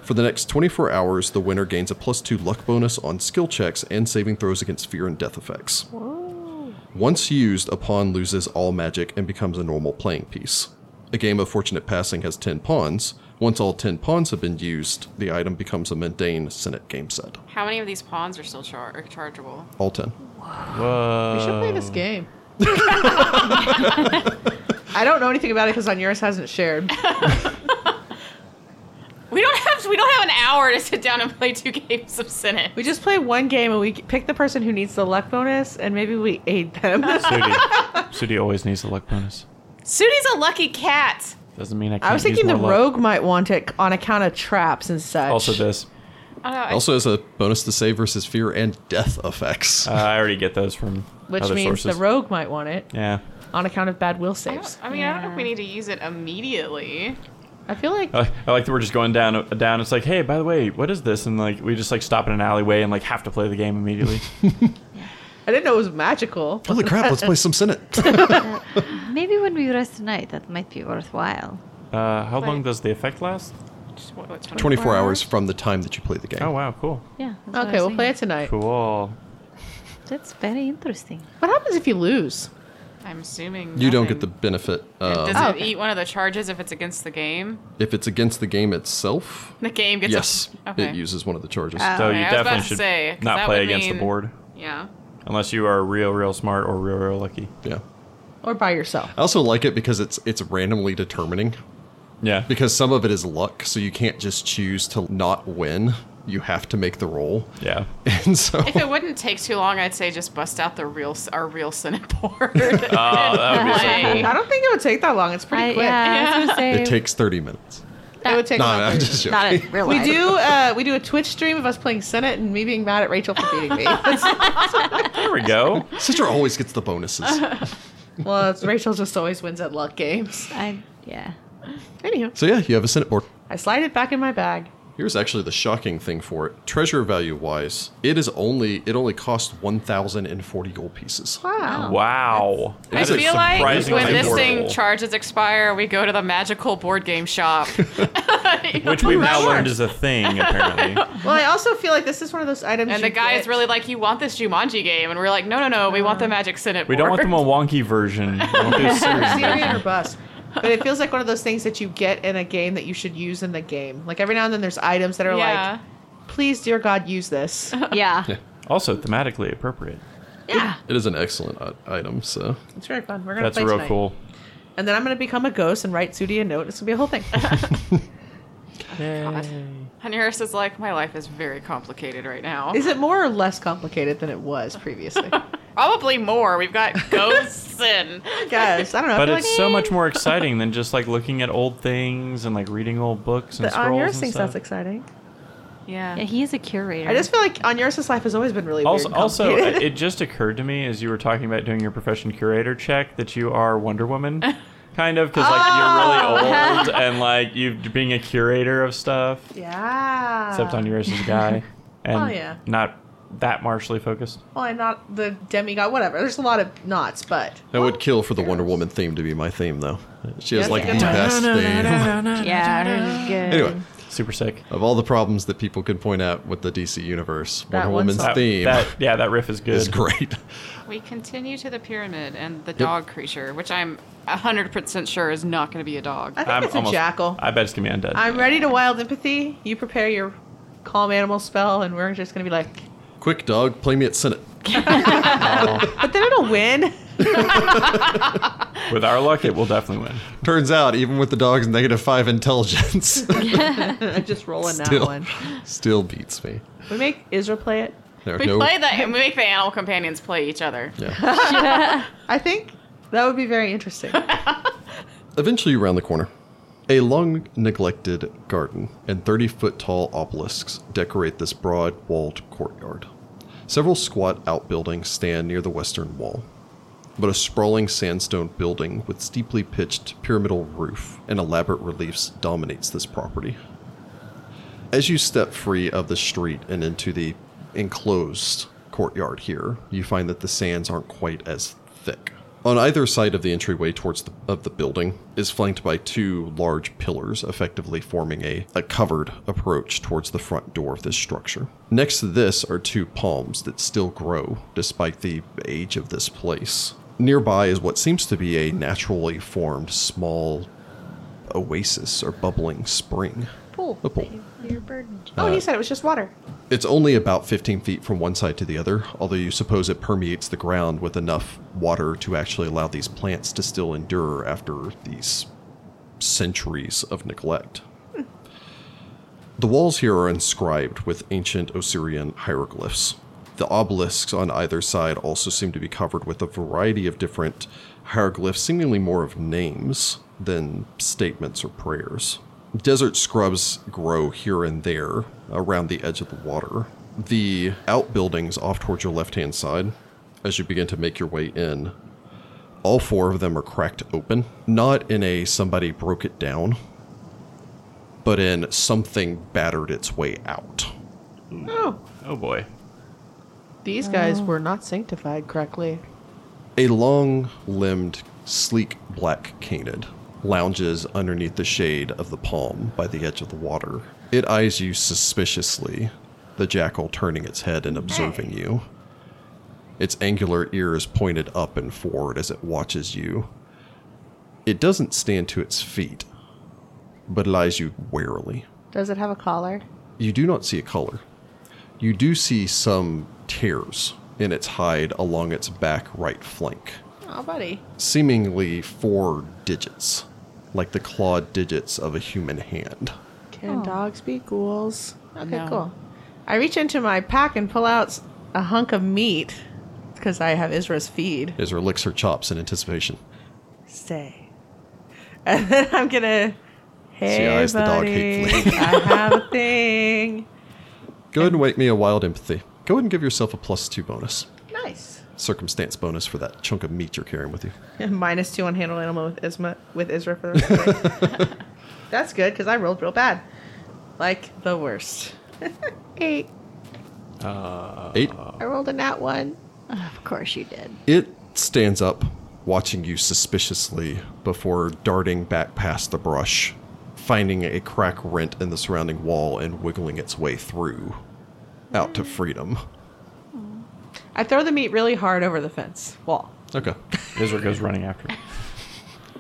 Speaker 1: For the next 24 hours, the winner gains a plus 2 luck bonus on skill checks and saving throws against fear and death effects. Once used, a pawn loses all magic and becomes a normal playing piece. A game of Fortunate Passing has 10 pawns. Once all 10 pawns have been used, the item becomes a mundane Senate game set.
Speaker 2: How many of these pawns are still char- are chargeable?
Speaker 1: All 10.
Speaker 4: Whoa.
Speaker 3: We should play
Speaker 1: Uh,
Speaker 3: this game. I don't know anything about it because on yours hasn't shared.
Speaker 2: We don't have we don't have an hour to sit down and play two games of Senate.
Speaker 3: We just play one game and we pick the person who needs the luck bonus and maybe we aid them.
Speaker 4: Sudi. Sudi always needs a luck bonus.
Speaker 2: Sudi's a lucky cat.
Speaker 4: Doesn't mean I can't
Speaker 3: I was
Speaker 4: use
Speaker 3: thinking the
Speaker 4: more luck.
Speaker 3: rogue might want it on account of traps and such.
Speaker 4: Also this.
Speaker 2: Uh, I don't know, I-
Speaker 1: Also has a bonus to save versus fear and death effects.
Speaker 4: Uh, I already get those from
Speaker 3: which
Speaker 4: other
Speaker 3: means
Speaker 4: sources.
Speaker 3: the rogue might want it
Speaker 4: yeah.
Speaker 3: on account of bad will
Speaker 2: I,
Speaker 3: saves.
Speaker 2: don't- I mean, I don't know if we need to use it immediately.
Speaker 3: I feel like
Speaker 4: I, I like that we're just going down down. It's like, hey, by the way, what is this? And like we just like stop in an alleyway and like have to play the game immediately.
Speaker 3: I didn't know it was magical.
Speaker 1: Holy crap, let's play some Senate.
Speaker 5: Maybe when we rest tonight, that might be worthwhile.
Speaker 4: Uh, how long does the effect last?
Speaker 2: Just, what, what,
Speaker 1: 24 hours from the time that you play the game.
Speaker 4: Oh wow, cool,
Speaker 5: Yeah. that's what I
Speaker 3: Okay,
Speaker 5: was
Speaker 3: we'll play it
Speaker 5: thinking.
Speaker 3: tonight.
Speaker 4: cool.
Speaker 5: That's very interesting.
Speaker 3: What happens if you lose?
Speaker 2: I'm assuming
Speaker 1: You don't
Speaker 2: nothing.
Speaker 1: get the benefit
Speaker 2: Does
Speaker 1: um,
Speaker 3: Oh,
Speaker 2: it
Speaker 3: okay.
Speaker 2: eat one of the charges if it's against the game?
Speaker 1: if it's against the game itself.
Speaker 2: The game gets a-
Speaker 1: Yes,
Speaker 2: okay.
Speaker 1: it uses one of the charges.
Speaker 5: Uh,
Speaker 4: So
Speaker 2: Okay,
Speaker 4: you
Speaker 2: I was about
Speaker 4: definitely
Speaker 2: to
Speaker 4: should
Speaker 2: say, 'cause
Speaker 4: not
Speaker 2: that
Speaker 4: play
Speaker 2: would
Speaker 4: against
Speaker 2: mean-
Speaker 4: the board
Speaker 2: Yeah.
Speaker 4: unless you are real, real smart or real, real lucky.
Speaker 1: yeah.
Speaker 3: Or by yourself?
Speaker 1: I also like it because it's it's randomly determining
Speaker 4: Yeah,
Speaker 1: because some of it is luck, so you can't just choose to not win. You have to make the roll.
Speaker 4: yeah.
Speaker 1: And so
Speaker 2: If it wouldn't take too long, I'd say just bust out the real our real Senate board. oh,
Speaker 1: Uh,
Speaker 4: that would be so cool.
Speaker 3: I don't think it would take that long. It's pretty
Speaker 5: I,
Speaker 3: quick.
Speaker 5: yeah, I was gonna
Speaker 1: it
Speaker 5: say,
Speaker 1: takes 30 minutes.
Speaker 3: It would take.
Speaker 1: No,
Speaker 3: about
Speaker 1: I'm
Speaker 3: 30.
Speaker 1: just joking.
Speaker 5: not in real
Speaker 3: we
Speaker 5: life.
Speaker 3: do uh, we do a Twitch stream of us playing Senate and me being mad at Rachel for beating me.
Speaker 4: There we go.
Speaker 1: Citra always gets the bonuses.
Speaker 3: well, it's, Rachel just always wins at luck games.
Speaker 5: I, yeah.
Speaker 3: Anywho,
Speaker 1: so yeah, you have a Senate board.
Speaker 3: I slide it back in my bag.
Speaker 1: Here's actually the shocking thing for it. Treasure value wise, it is only it only costs 1040 gold pieces.
Speaker 3: Wow.
Speaker 4: Wow.
Speaker 2: I
Speaker 1: That is
Speaker 2: feel like
Speaker 1: surprisingly
Speaker 2: when this thing
Speaker 4: affordable.
Speaker 2: charges expire, we go to the magical board game shop.
Speaker 4: which we've now
Speaker 3: Sure.
Speaker 4: learned is a thing apparently.
Speaker 3: Well, I also feel like this is one of those items.
Speaker 2: And
Speaker 3: you
Speaker 2: the guy's
Speaker 3: get-
Speaker 2: really like, "You want this Jumanji game?" And we're like, "No, no, no. We want
Speaker 3: Uh-huh.
Speaker 2: the Magic Senate."
Speaker 4: We don't want the
Speaker 2: board."
Speaker 4: Milwaukee version. We want the serious
Speaker 3: Syrian or
Speaker 4: version.
Speaker 3: bust. But it feels like one of those things that you get in a game that you should use in the game. Like every now and then, there's items that are
Speaker 2: Yeah.
Speaker 3: like, "Please, dear God, use this."
Speaker 5: Yeah.
Speaker 4: Also thematically appropriate.
Speaker 5: Yeah.
Speaker 1: It is an excellent i- item, so
Speaker 3: It's very fun. We're gonna
Speaker 4: That's
Speaker 3: play
Speaker 4: real
Speaker 3: tonight.
Speaker 4: cool.
Speaker 3: And then I'm gonna become a ghost and write Sudi a note. It's gonna be a whole thing.
Speaker 2: Hanuris is like, "My life is very complicated right now.
Speaker 3: is it more or less complicated than it was previously?
Speaker 2: Probably more. We've got ghosts and
Speaker 3: Guys, I don't know. I
Speaker 4: But
Speaker 3: feel
Speaker 4: it's
Speaker 3: like-
Speaker 4: so much more exciting than just like looking at old things and like reading old books and
Speaker 3: But
Speaker 4: scrolls
Speaker 3: on yours
Speaker 4: and
Speaker 3: thinks
Speaker 4: stuff.
Speaker 3: that's exciting.
Speaker 5: Yeah,
Speaker 2: yeah.
Speaker 5: he is a curator.
Speaker 3: I just feel like on yours' life has always been really weird
Speaker 4: also,
Speaker 3: and
Speaker 4: also,
Speaker 3: complicated.
Speaker 4: it just occurred to me as you were talking about doing your profession curator check that you are Wonder Woman, kind of, because like
Speaker 3: Oh.
Speaker 4: you're really old and like you being a curator of stuff.
Speaker 3: yeah.
Speaker 4: Except on yours is a guy, and
Speaker 3: Uh. Oh, yeah.
Speaker 4: not that martially focused.
Speaker 3: Well, and not the demigod, whatever. There's a lot of knots, but
Speaker 1: That would kill for the Wonder Woman theme to be my theme, though. She has
Speaker 3: Yes,
Speaker 1: like
Speaker 3: yeah.
Speaker 1: the best theme.
Speaker 5: yeah, that is good.
Speaker 1: anyway,
Speaker 4: Super sick.
Speaker 1: of all the problems that people could point out with the DC universe,
Speaker 3: That
Speaker 1: Wonder
Speaker 3: one
Speaker 1: Woman's
Speaker 3: song.
Speaker 4: That,
Speaker 1: theme
Speaker 4: that- yeah, that riff is good.
Speaker 1: is great.
Speaker 2: We continue to the pyramid and the dog creature, which I'm hundred percent sure is not going to be a dog.
Speaker 3: I think it's a jackal.
Speaker 4: I bet it's gonna be undead.
Speaker 3: I'm ready to wild empathy. You prepare your calm animal spell, and we're just gonna be like,
Speaker 1: Quick dog, play me at Senate.
Speaker 3: but then it'll win.
Speaker 4: With our luck, it will definitely win.
Speaker 1: Turns out, even with the dog's negative five intelligence,
Speaker 3: I'm just rolling that
Speaker 1: Still.
Speaker 3: one.
Speaker 1: still beats me.
Speaker 3: We make Israel play it.
Speaker 1: There are
Speaker 2: We
Speaker 1: no-
Speaker 2: play the we make the animal companions play each other.
Speaker 1: Yeah.
Speaker 3: I think that would be very interesting.
Speaker 1: Eventually, you round the corner. A long neglected garden and 30 foot tall obelisks decorate this broad walled courtyard. Several squat outbuildings stand near the western wall, but a sprawling sandstone building with steeply pitched pyramidal roof and elaborate reliefs dominates this property. As you step free of the street and into the enclosed courtyard here, you find that the sands aren't quite as thick. On either side of the entryway towards the, of the building is flanked by two large pillars, effectively forming a, a covered approach towards the front door of this structure. Next to this are two palms that still grow despite the age of this place. Nearby is what seems to be a naturally formed small oasis or bubbling spring.
Speaker 5: Pool.
Speaker 1: A pool.
Speaker 5: You're burdened.
Speaker 3: oh, he said it was just water.
Speaker 1: It's only about 15 feet from one side to the other, although you suppose it permeates the ground with enough water to actually allow these plants to still endure after these centuries of neglect. The walls here are inscribed with ancient Osirian hieroglyphs. The obelisks on either side also seem to be covered with a variety of different hieroglyphs, seemingly more of names than statements or prayers. Desert scrubs grow here and there around the edge of the water. The outbuildings off towards your left hand side, as you begin to make your way in, all four of them are cracked open. Not in a somebody broke it down, but in something battered its way out.
Speaker 3: Oh,
Speaker 4: Oh boy.
Speaker 3: these guys were not sanctified correctly.
Speaker 1: A long limbed, sleek black canid lounges underneath the shade of the palm by the edge of the water. It eyes you suspiciously, the jackal turning its head and observing you. Its angular ears pointed up and forward as it watches you. It doesn't stand to its feet, but it eyes you warily.
Speaker 3: Does it have a collar?
Speaker 1: you do not see a color. You do see some tears in its hide along its back right flank,
Speaker 3: Oh, buddy.
Speaker 1: seemingly four digits, like the clawed digits of a human hand.
Speaker 3: Can dogs be ghouls? Oh. Okay,
Speaker 2: No.
Speaker 3: cool. I reach into my pack and pull out s- a hunk of meat because I have Isra's feed.
Speaker 1: Ezra licks her chops in anticipation.
Speaker 3: Stay. And then I'm gonna. Hey,
Speaker 1: eyes the dog
Speaker 3: buddy,
Speaker 1: hatefully.
Speaker 3: I have a thing.
Speaker 1: Go ahead and wait me a wild empathy. Go ahead and give yourself a plus two bonus,
Speaker 3: Nice.
Speaker 1: circumstance bonus for that chunk of meat you're carrying with you.
Speaker 3: Minus two on handle animal with Isma with Isra for the rest of the day. That's good because I rolled real bad, like the worst. Eight.
Speaker 1: Eight.
Speaker 3: I rolled a nat one.
Speaker 5: Of course you did.
Speaker 1: It stands up, watching you suspiciously before darting back past the brush, finding a crack rent in the surrounding wall and wiggling its way through out to freedom.
Speaker 3: I throw the meat really hard over the fence wall.
Speaker 1: Okay.
Speaker 4: Ezra goes running after. it.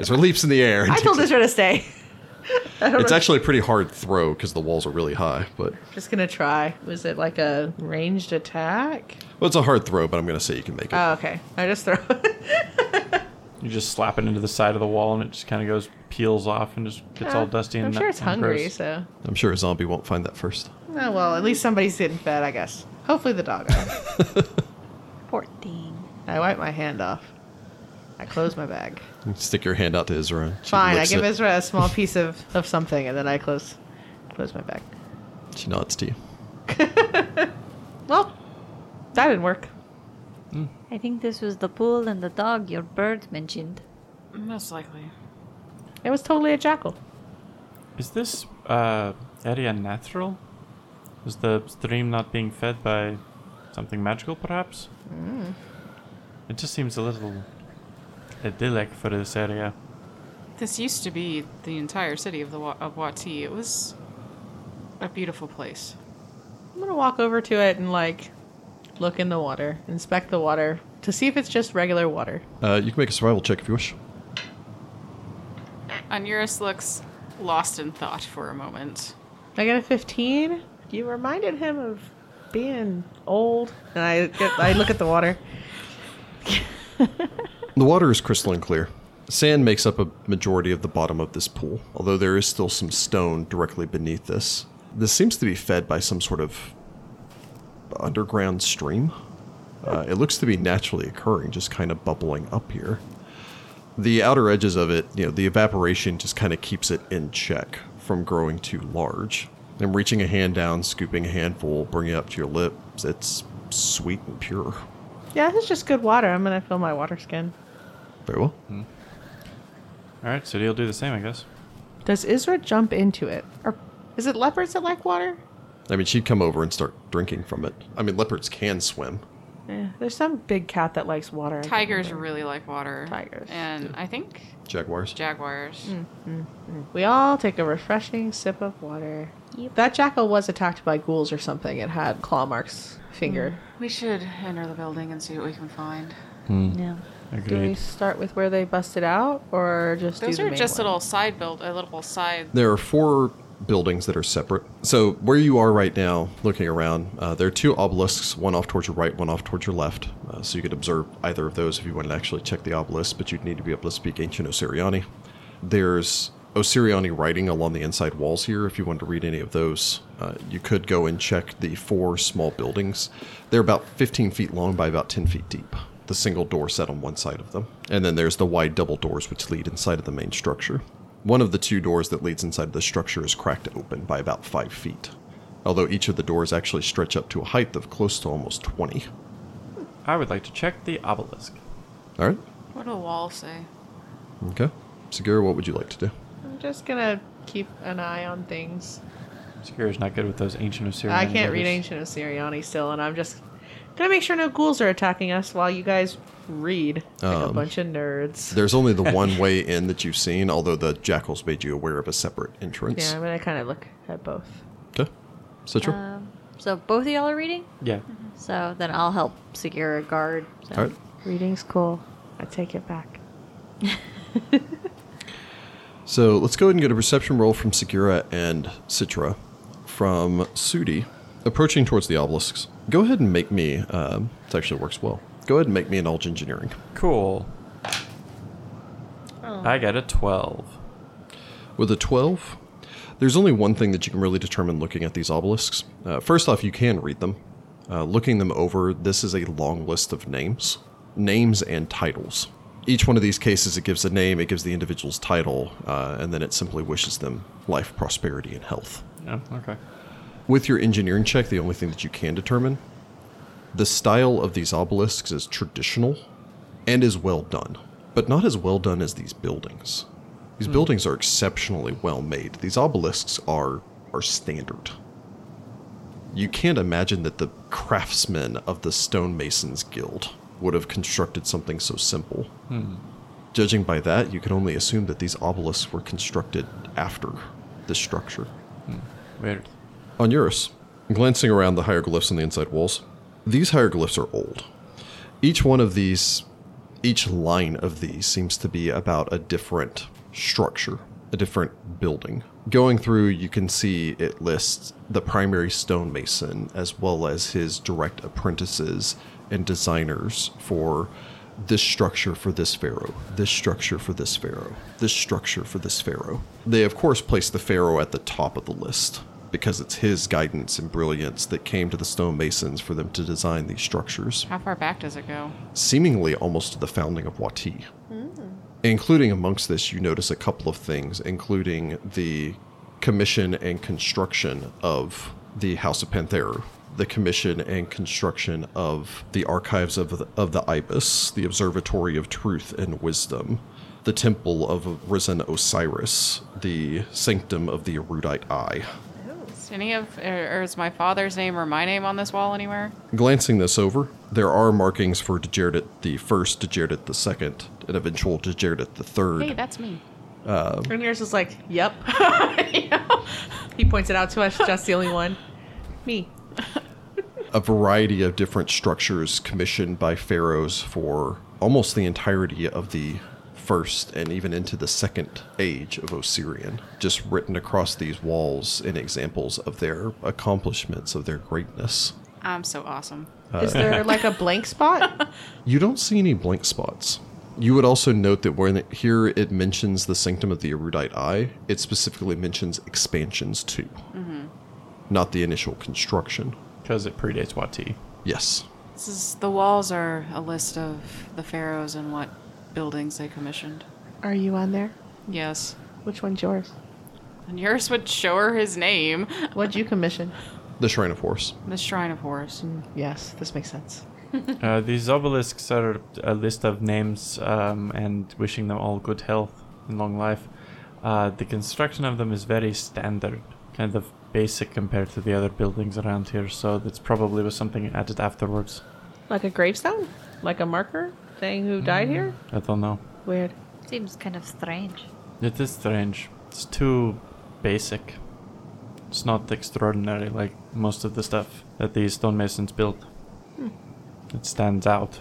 Speaker 1: Ezra leaps in the air. and
Speaker 3: I told
Speaker 1: takes
Speaker 3: Israel to stay. I
Speaker 1: it.
Speaker 3: don't
Speaker 1: It's
Speaker 3: know.
Speaker 1: actually a pretty hard throw because the walls are really high, but
Speaker 3: Just gonna try. Was it like a ranged attack?
Speaker 1: well, it's a hard throw, but I'm going to say you can make it.
Speaker 3: Oh, okay. I just throw.
Speaker 4: You just slap it into the side of the wall, and it just kind of goes peels off and just gets all dusty.
Speaker 3: I'm
Speaker 4: and
Speaker 3: sure it's
Speaker 4: and
Speaker 3: hungry,
Speaker 4: gross.
Speaker 3: so.
Speaker 1: I'm sure a zombie won't find that first.
Speaker 3: Oh, well, at least somebody's getting fed, I guess. Hopefully the dog.
Speaker 5: Poor thing.
Speaker 3: I wipe my hand off. I close my bag.
Speaker 1: You stick your hand out to Ezra. She
Speaker 3: Fine. I
Speaker 1: licks
Speaker 3: give
Speaker 1: it.
Speaker 3: Ezra a small piece of, of something, and then I close close my bag.
Speaker 1: She nods to you.
Speaker 3: Well, that didn't work.
Speaker 5: I think this was the pool and the dog your bird mentioned.
Speaker 2: Most likely.
Speaker 3: It was totally a jackal.
Speaker 4: Is this uh, area natural? Is the stream not being fed by something magical, perhaps?
Speaker 3: Hmm.
Speaker 4: It just seems a little idyllic for this area.
Speaker 2: This used to be the entire city of the Wa- of Wati. It was a beautiful place.
Speaker 3: I'm gonna walk over to it and like look in the water, inspect the water to see if it's just regular water.
Speaker 1: Uh, you can make a survival check if you wish.
Speaker 2: Onuris looks lost in thought for a moment.
Speaker 3: I got a 15. You reminded him of being old, and I get, I look at the water.
Speaker 1: The water is crystalline clear. Sand makes up a majority of the bottom of this pool, although there is still some stone directly beneath this. This seems to be fed by some sort of underground stream. Uh, it looks to be naturally occurring, just kind of bubbling up here. The outer edges of it, you know, the evaporation just kind of keeps it in check from growing too large. And reaching a hand down, scooping a handful, bringing it up to your lips, it's sweet and pure.
Speaker 3: Yeah, this is just good water. I'm gonna fill my water skin.
Speaker 1: Very well.
Speaker 4: All right, so you'll do the same, I guess.
Speaker 3: Does Isra jump into it? Or is it leopards that like water?
Speaker 1: I mean, she'd come over and start drinking from it. I mean, leopards can swim.
Speaker 3: Yeah, there's some big cat that likes water. I can't
Speaker 2: Tigers
Speaker 3: remember.
Speaker 2: really like water.
Speaker 3: Tigers. Mm.
Speaker 2: And I think
Speaker 1: Jaguars.
Speaker 2: jaguars.
Speaker 3: We all take a refreshing sip of water.
Speaker 5: Yep.
Speaker 3: That jackal was attacked by ghouls or something. It had claw marks, finger.
Speaker 2: We should enter the building and see what we can find.
Speaker 1: Hmm.
Speaker 5: No.
Speaker 3: Do we
Speaker 4: Agreed.
Speaker 3: start with where they busted out, or just
Speaker 2: Those
Speaker 3: do the
Speaker 2: are
Speaker 3: main
Speaker 2: just
Speaker 3: one?
Speaker 2: little side build, a little side.
Speaker 1: There are four buildings that are separate. So where you are right now, looking around, uh, there are two obelisks, one off towards your right, one off towards your left. Uh, so you could observe either of those if you wanted to actually check the obelisk, but you'd need to be able to speak ancient Osiriani. There's Osiriani writing along the inside walls here. If you wanted to read any of those, uh, you could go and check the four small buildings. They're about 15 feet long by about 10 feet deep. The single door set on one side of them. And then there's the wide double doors which lead inside of the main structure. One of the two doors that leads inside the structure is cracked open by about five feet, although each of the doors actually stretch up to a height of close to almost 20.
Speaker 4: I would like to check the obelisk.
Speaker 1: All right.
Speaker 2: What do the walls say?
Speaker 1: Okay. Segura, what would you like to do?
Speaker 3: I'm just gonna keep an eye on things.
Speaker 4: Secure is not good with those ancient Osirian.
Speaker 3: I can't read
Speaker 4: letters.
Speaker 3: Ancient Osiriani still, and I'm just gonna make sure no ghouls are attacking us while you guys read like a
Speaker 1: Um,
Speaker 3: bunch of nerds.
Speaker 1: There's only the one way in that you've seen, although the jackals made you aware of a separate entrance.
Speaker 3: Yeah, I'm gonna kind of look at both.
Speaker 1: Okay. Citra?
Speaker 5: Um, so both of y'all are reading?
Speaker 4: Yeah.
Speaker 5: So then I'll help secure a guard. So.
Speaker 1: All right.
Speaker 3: Reading's cool. I take it back.
Speaker 1: So let's go ahead and get a perception roll from Segura and Citra. From Sudi, approaching towards the obelisks. Go ahead and make me, um, it actually works well. Go ahead and make me an knowledge engineering.
Speaker 4: Cool. I got a 12.
Speaker 1: With a 12, there's only one thing that you can really determine looking at these obelisks. Uh, first off, you can read them. Uh, looking them over, this is a long list of names, names and titles. Each one of these cases, it gives a name, it gives the individual's title, uh, and then it simply wishes them life, prosperity, and health.
Speaker 4: Oh, okay.
Speaker 1: With your engineering check, the only thing that you can determine the style of these obelisks is traditional and is well done, but not as well done as these buildings. These buildings are exceptionally well made. These obelisks are are standard. You can't imagine that the craftsmen of the stonemasons guild would have constructed something so simple. Judging by that, you can only assume that these obelisks were constructed after this structure.
Speaker 4: Weird.
Speaker 1: On Eurus, glancing around the hieroglyphs on the inside walls, these hieroglyphs are old. Each one of these, each line of these seems to be about a different structure, a different building. Going through, you can see it lists the primary stonemason as well as his direct apprentices and designers for this structure for this pharaoh, this structure for this pharaoh, this structure for this pharaoh. They, of course, place the pharaoh at the top of the list because it's his guidance and brilliance that came to the stonemasons for them to design these structures,
Speaker 2: How far back does it go?
Speaker 1: seemingly almost to the founding of Wati. Including amongst this, you notice a couple of things, including the commission and construction of the House of Panthera, the commission and construction of the archives of the, of the Ibis, the Observatory of Truth and Wisdom, the Temple of Risen Osiris, the Sanctum of the Erudite Eye.
Speaker 2: Is any of, er, or, or is my father's name or my name on this wall anywhere?
Speaker 1: Glancing this over, there are markings for Degerdit the first, Degerdit the second, and eventual Degerdit the third.
Speaker 2: Hey, that's me.
Speaker 1: Um,
Speaker 3: And yours is like, yep. You know? He points it out to us, just the only one. Me.
Speaker 1: a variety of different structures commissioned by pharaohs for almost the entirety of the first and even into the second age of Osirian, just written across these walls in examples of their accomplishments, of their greatness.
Speaker 2: I'm so awesome.
Speaker 1: Uh,
Speaker 3: Is there like a blank spot?
Speaker 1: You don't see any blank spots. You would also note that when it, here it mentions the sanctum of the erudite eye,
Speaker 4: Mm-hmm.
Speaker 1: it specifically mentions expansions too, not the initial construction.
Speaker 4: because it predates Wati.
Speaker 1: Yes.
Speaker 2: This is the walls are a list of the pharaohs and what buildings they commissioned.
Speaker 3: Are you on there?
Speaker 2: Yes.
Speaker 3: Which one's yours?
Speaker 2: And yours would show her his name.
Speaker 3: What'd you commission?
Speaker 1: The Shrine of Horse.
Speaker 2: The Shrine of Horus.
Speaker 3: Yes, this makes sense.
Speaker 4: Uh, these obelisks are a list of names um, and wishing them all good health and long life. Uh, the construction of them is very standard, kind of basic compared to the other buildings around here, so that's probably was something added afterwards.
Speaker 3: Like a gravestone? Like a marker saying who died here?
Speaker 4: I don't know.
Speaker 3: Mm-hmm. Weird.
Speaker 5: Seems kind of strange.
Speaker 4: It is strange. It's too basic. It's not extraordinary like most of the stuff that these stonemasons built. Hmm. It stands out.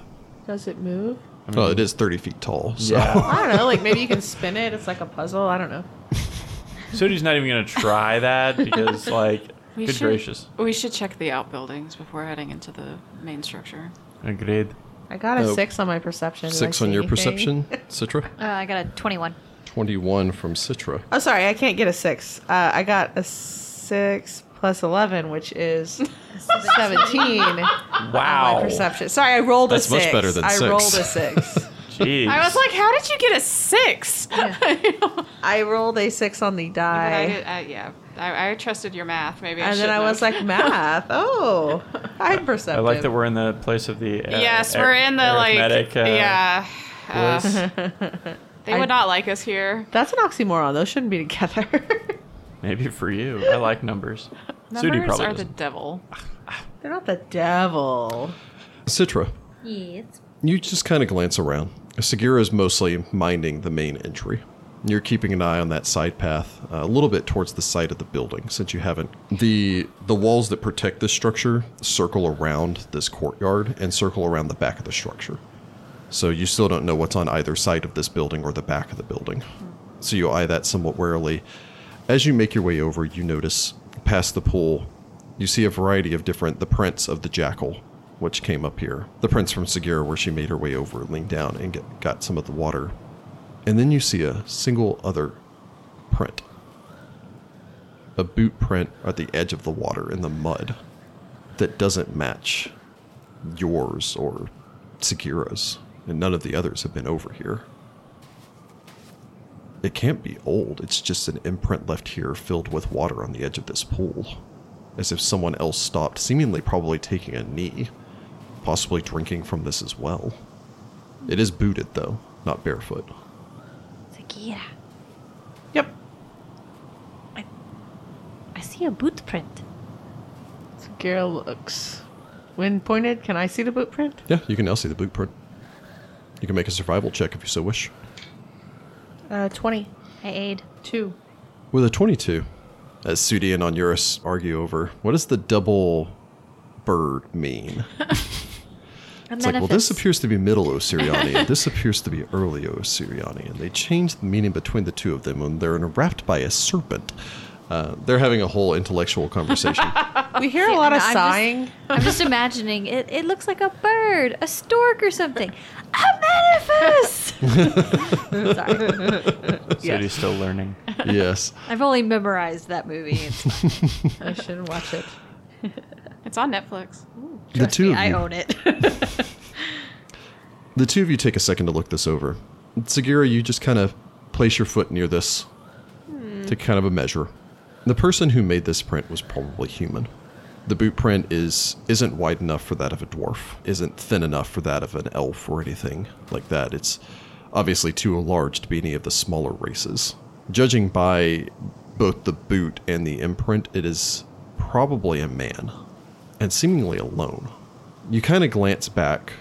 Speaker 3: Does it move?
Speaker 4: I
Speaker 1: well,
Speaker 4: mean-
Speaker 1: Oh, it is 30 feet tall. So.
Speaker 3: I don't know. Like maybe you can spin it. It's like a puzzle. I don't know.
Speaker 4: Sodi's not even gonna try that because, like,
Speaker 2: We
Speaker 4: good
Speaker 2: should-
Speaker 4: gracious.
Speaker 2: We should check the outbuildings before heading into the main structure.
Speaker 4: Agreed.
Speaker 3: I got a
Speaker 1: Oh.
Speaker 3: six on my perception. Did I
Speaker 1: Six
Speaker 3: see
Speaker 1: on your
Speaker 3: anything?
Speaker 1: perception, Citra.
Speaker 5: Uh, I got a 21.
Speaker 1: 21 from Citra.
Speaker 3: Oh, sorry. I can't get a six. Uh, I got a six plus 11, which is 17 on my
Speaker 4: Wow.
Speaker 3: perception. Sorry, I rolled
Speaker 1: That's
Speaker 3: a
Speaker 1: much
Speaker 3: six.
Speaker 1: better than
Speaker 3: I
Speaker 1: six.
Speaker 3: rolled a six.
Speaker 4: Jeez.
Speaker 2: I was like, how did you get a six?
Speaker 3: I rolled a six on the die.
Speaker 2: I, I, yeah, I, I trusted your math. Maybe, I
Speaker 3: And then
Speaker 2: shouldn't
Speaker 3: I was
Speaker 2: have.
Speaker 3: like, math. Oh, I'm perceptive.
Speaker 4: I like that we're in the place of the. Uh,
Speaker 2: yes,
Speaker 4: ar-
Speaker 2: we're in the like,
Speaker 4: arithmetic, uh,
Speaker 2: yeah. uh,
Speaker 4: bliss.
Speaker 2: they would not like us here.
Speaker 3: That's an oxymoron. Those shouldn't be together.
Speaker 4: Maybe for you. I like numbers. Sudi
Speaker 2: Numbers
Speaker 4: probably
Speaker 2: are the
Speaker 4: doesn't. Ah.
Speaker 2: devil.
Speaker 3: They're not the devil.
Speaker 1: Citra,
Speaker 5: Yes.
Speaker 1: you just kind of glance around. Segura is mostly minding the main entry. You're keeping an eye on that side path, uh, a little bit towards the side of the building, since you haven't. the The walls that protect this structure circle around this courtyard and circle around the back of the structure. So you still don't know what's on either side of this building or the back of the building. So you eye that somewhat warily. As you make your way over, you notice past the pool, you see a variety of different the prints of the jackal, which came up here. The prints from Segura, where she made her way over, leaned down and get, got some of the water. And then you see a single other print a boot print at the edge of the water in the mud that doesn't match yours or Segura's, and none of the others have been over here. It can't be old. It's just an imprint left here filled with water on the edge of this pool. As if someone else stopped, seemingly probably taking a knee, possibly drinking from this as well. It is booted, though, not barefoot.
Speaker 5: Sagira,
Speaker 3: Yep.
Speaker 5: I see a boot print.
Speaker 3: Girl looks. When pointed, can I see the boot print?
Speaker 1: Yeah, you can now see the boot print. You can make a survival check if you so wish.
Speaker 3: Uh, 20.
Speaker 5: I aid.
Speaker 3: Two.
Speaker 1: With a 22, as Sudi and Onuris argue over, what does the double bird mean?
Speaker 5: A
Speaker 1: It's like, well, this appears to be Middle Osiriani, and this appears to be Early Osiriani, and they changed the meaning between the two of them when they're enwrapped by a serpent. Uh, they're having a whole intellectual conversation.
Speaker 3: We hear a lot of
Speaker 5: I'm just-
Speaker 3: sighing.
Speaker 5: I'm just imagining it. It looks like a bird, a stork, or something. A manifest.
Speaker 4: Sudi's still learning.
Speaker 1: yes.
Speaker 5: I've only memorized that movie. It's
Speaker 3: I shouldn't watch it.
Speaker 2: It's on Netflix.
Speaker 1: the two of you.
Speaker 5: I own it.
Speaker 1: The two of you take a second to look this over. Sagira, you just kind of place your foot near this to kind of a measure. The person who made this print was probably human. The boot print is isn't wide enough for that of a dwarf, isn't thin enough for that of an elf or anything like that. It's obviously too large to be any of the smaller races. Judging by both the boot and the imprint, it is probably a man, and seemingly alone. You kind of glance back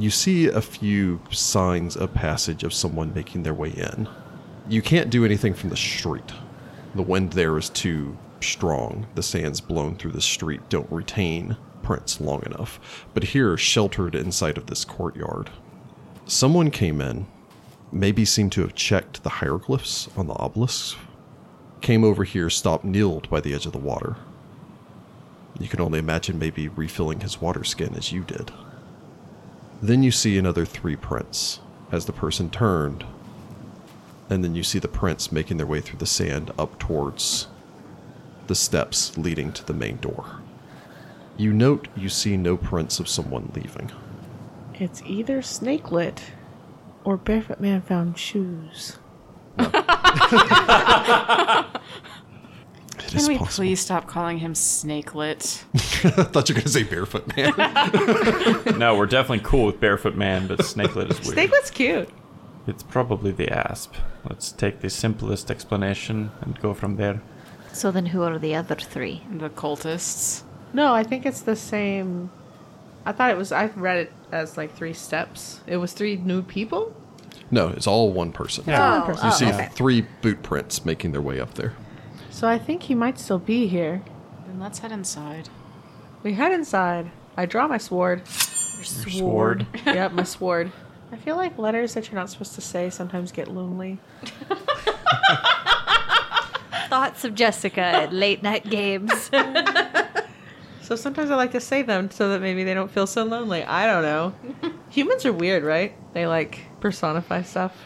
Speaker 1: you see a few signs of passage of someone making their way in. You can't do anything from the street. The wind there is too strong. The sands blown through the street don't retain prints long enough. But here, sheltered inside of this courtyard, someone came in, maybe seemed to have checked the hieroglyphs on the obelisks, came over here, stopped, kneeled by the edge of the water. You can only imagine maybe refilling his water skin as you did. Then you see another three prints as the person turned. And then you see the prints making their way through the sand up towards the steps leading to the main door. You note you see no prints of someone leaving.
Speaker 3: It's either Snakelet or Barefoot Man found shoes.
Speaker 1: It
Speaker 2: Can
Speaker 1: is
Speaker 2: we
Speaker 1: possible.
Speaker 2: please stop calling him Snakelet?
Speaker 1: I thought you were going to say barefoot man.
Speaker 4: No, we're definitely cool with Barefoot Man, but Snakelet is weird.
Speaker 3: Snakelet's cute.
Speaker 4: It's probably the asp. Let's take the simplest explanation and go from there.
Speaker 5: So then who are the other three?
Speaker 2: the cultists.
Speaker 3: No, I think it's the same. I thought it was. I read it as like three steps. It was three new people.
Speaker 1: no, it's all one person.
Speaker 4: Yeah.
Speaker 5: Oh,
Speaker 1: You
Speaker 5: oh,
Speaker 1: see
Speaker 5: okay.
Speaker 1: three boot prints making their way up there.
Speaker 3: So I think he might still be here.
Speaker 2: Then let's head inside.
Speaker 3: We head inside. I draw my sword.
Speaker 4: Sword.
Speaker 3: yep, my sword. I feel like letters that you're not supposed to say sometimes get lonely.
Speaker 5: Thoughts of Jessica at late night games.
Speaker 3: So sometimes I like to say them so that maybe they don't feel so lonely. I don't know. Humans are weird, right? They like personify stuff.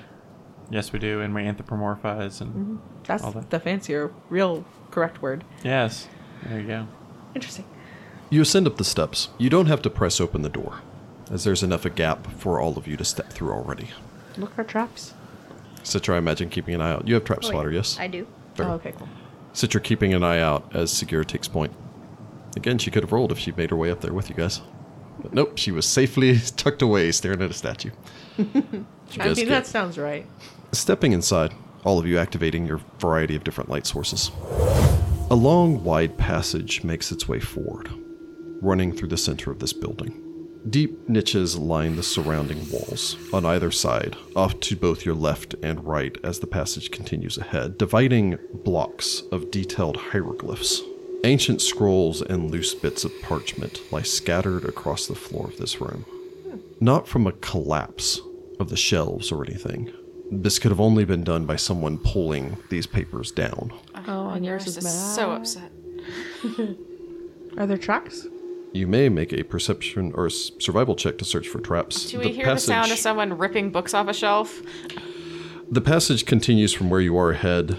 Speaker 4: Yes, we do, and we anthropomorphize and
Speaker 3: That's
Speaker 4: All that.
Speaker 3: the fancier, real correct word.
Speaker 4: yes, there you go.
Speaker 3: Interesting.
Speaker 1: You ascend up the steps. You don't have to press open the door, as there's enough a gap for all of you to step through already.
Speaker 3: Look for traps.
Speaker 1: Citra, I imagine keeping an eye out. You have trap spotter, yes?
Speaker 5: I do.
Speaker 1: Fair.
Speaker 3: Oh, okay, cool.
Speaker 1: Citra keeping an eye out as Segura takes point. Again, she could have rolled if she made her way up there with you guys. But nope, she was safely tucked away staring at a statue. You
Speaker 3: I
Speaker 1: guys
Speaker 3: mean,
Speaker 1: get-
Speaker 3: that sounds right.
Speaker 1: Stepping inside, all of you activating your variety of different light sources. A long, wide passage makes its way forward, running through the center of this building. Deep niches line the surrounding walls on either side, off to both your left and right as the passage continues ahead, dividing blocks of detailed hieroglyphs. Ancient scrolls and loose bits of parchment lie scattered across the floor of this room not from a collapse of the shelves or anything. This could have only been done by someone pulling these papers down.
Speaker 3: Oh,
Speaker 2: My
Speaker 3: and yours
Speaker 2: nurse
Speaker 3: is mad.
Speaker 2: so upset.
Speaker 3: Are there tracks?
Speaker 1: You may make a perception or s- survival check to search for traps.
Speaker 2: Do we hear the sound of someone ripping books off a shelf?
Speaker 1: The passage continues from where you are ahead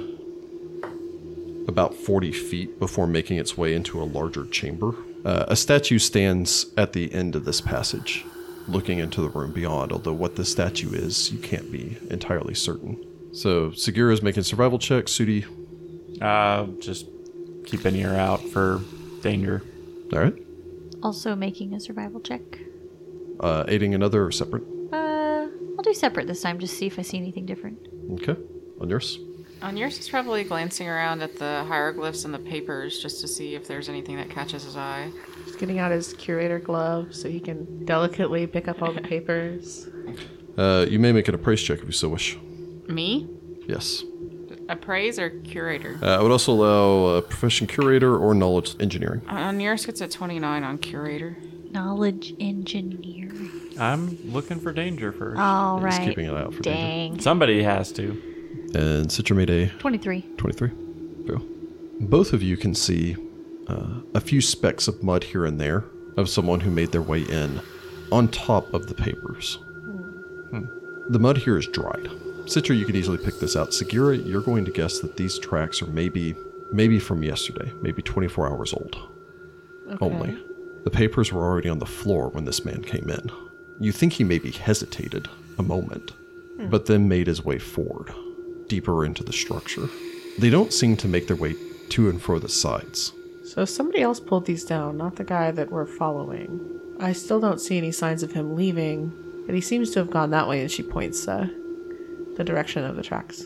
Speaker 1: about 40 feet before making its way into a larger chamber. Uh, a statue stands at the end of this passage, looking into the room beyond, although what the statue is, you can't be entirely certain. So, Segura is making survival checks. Sudi,
Speaker 4: Uh, just keep an ear out for danger.
Speaker 1: all right.
Speaker 5: Also making a survival check.
Speaker 1: Uh, aiding another or separate?
Speaker 5: Uh, I'll do separate this time, just see if I see anything different.
Speaker 1: Okay. On yours?
Speaker 2: On yours is probably glancing around at the hieroglyphs and the papers just to see if there's anything that catches his eye.
Speaker 3: He's getting out his curator glove so he can delicately pick up all the papers.
Speaker 1: Uh, you may make an appraise check if you so wish.
Speaker 2: Me?
Speaker 1: Yes.
Speaker 2: Appraise or curator?
Speaker 1: Uh, I would also allow a profession curator or knowledge engineering.
Speaker 2: On yours gets a 29 on curator.
Speaker 5: Knowledge engineering.
Speaker 4: I'm looking for danger first.
Speaker 5: All
Speaker 1: Just
Speaker 5: right.
Speaker 1: keeping an eye out for danger.
Speaker 5: Dang.
Speaker 4: Somebody has to.
Speaker 1: And Citra made a
Speaker 5: 23.
Speaker 1: 23. Bill. Both of you can see uh, a few specks of mud here and there of someone who made their way in on top of the papers. Hmm. The mud here is dried. Citra, you could easily pick this out. Segura, you're going to guess that these tracks are maybe maybe from yesterday, maybe 24 hours old. Only. The papers were already on the floor when this man came in. You think he maybe hesitated a moment, but then made his way forward, deeper into the structure. They don't seem to make their way to and fro the sides.
Speaker 3: So somebody else pulled these down, not the guy that we're following. I still don't see any signs of him leaving, but he seems to have gone that way, and she points uh, the direction of the tracks.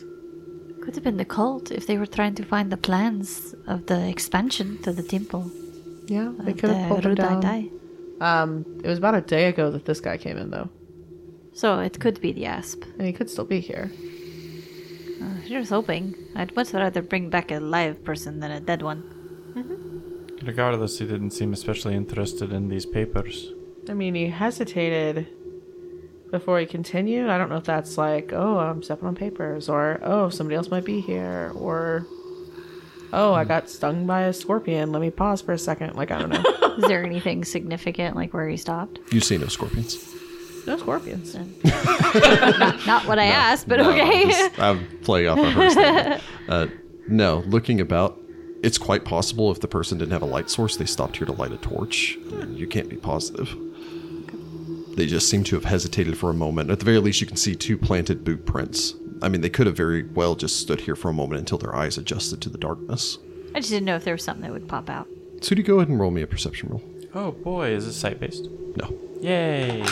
Speaker 5: Could have been the cult if they were trying to find the plans of the expansion to the temple.
Speaker 3: Yeah, they
Speaker 5: of
Speaker 3: could
Speaker 5: the
Speaker 3: have pulled him
Speaker 5: Rudai
Speaker 3: down.
Speaker 5: Dai.
Speaker 3: Um, it was about a day ago that this guy came in, though,
Speaker 5: So it could be the asp.
Speaker 3: and he could still be here.
Speaker 5: Uh, I was hoping. I'd much rather bring back a live person than a dead one.
Speaker 4: Regardless, he didn't seem especially interested in these papers.
Speaker 3: I mean, he hesitated before he continued. I don't know if that's like, oh, I'm stepping on papers, or oh, somebody else might be here, or oh, I got stung by a scorpion. Let me pause for a second. Like, I don't know.
Speaker 5: Is there anything significant, like where he stopped?
Speaker 1: You see no scorpions.
Speaker 3: no scorpions.
Speaker 5: Not what I asked, but
Speaker 1: No,
Speaker 5: okay.
Speaker 1: I'm, just- I'm playing off my first name. Uh, no, looking about, It's quite possible if the person didn't have a light source, they stopped here to light a torch. I mean, you can't be positive. They just seem to have hesitated for a moment. At the very least, you can see two planted boot prints. I mean, they could have very well just stood here for a moment until their eyes adjusted to the darkness.
Speaker 5: I just didn't know if there was something that would pop out.
Speaker 1: So, do you go ahead and roll me a perception roll?
Speaker 4: Oh boy, is it sight based?
Speaker 1: No.
Speaker 4: Yay!
Speaker 3: Hey.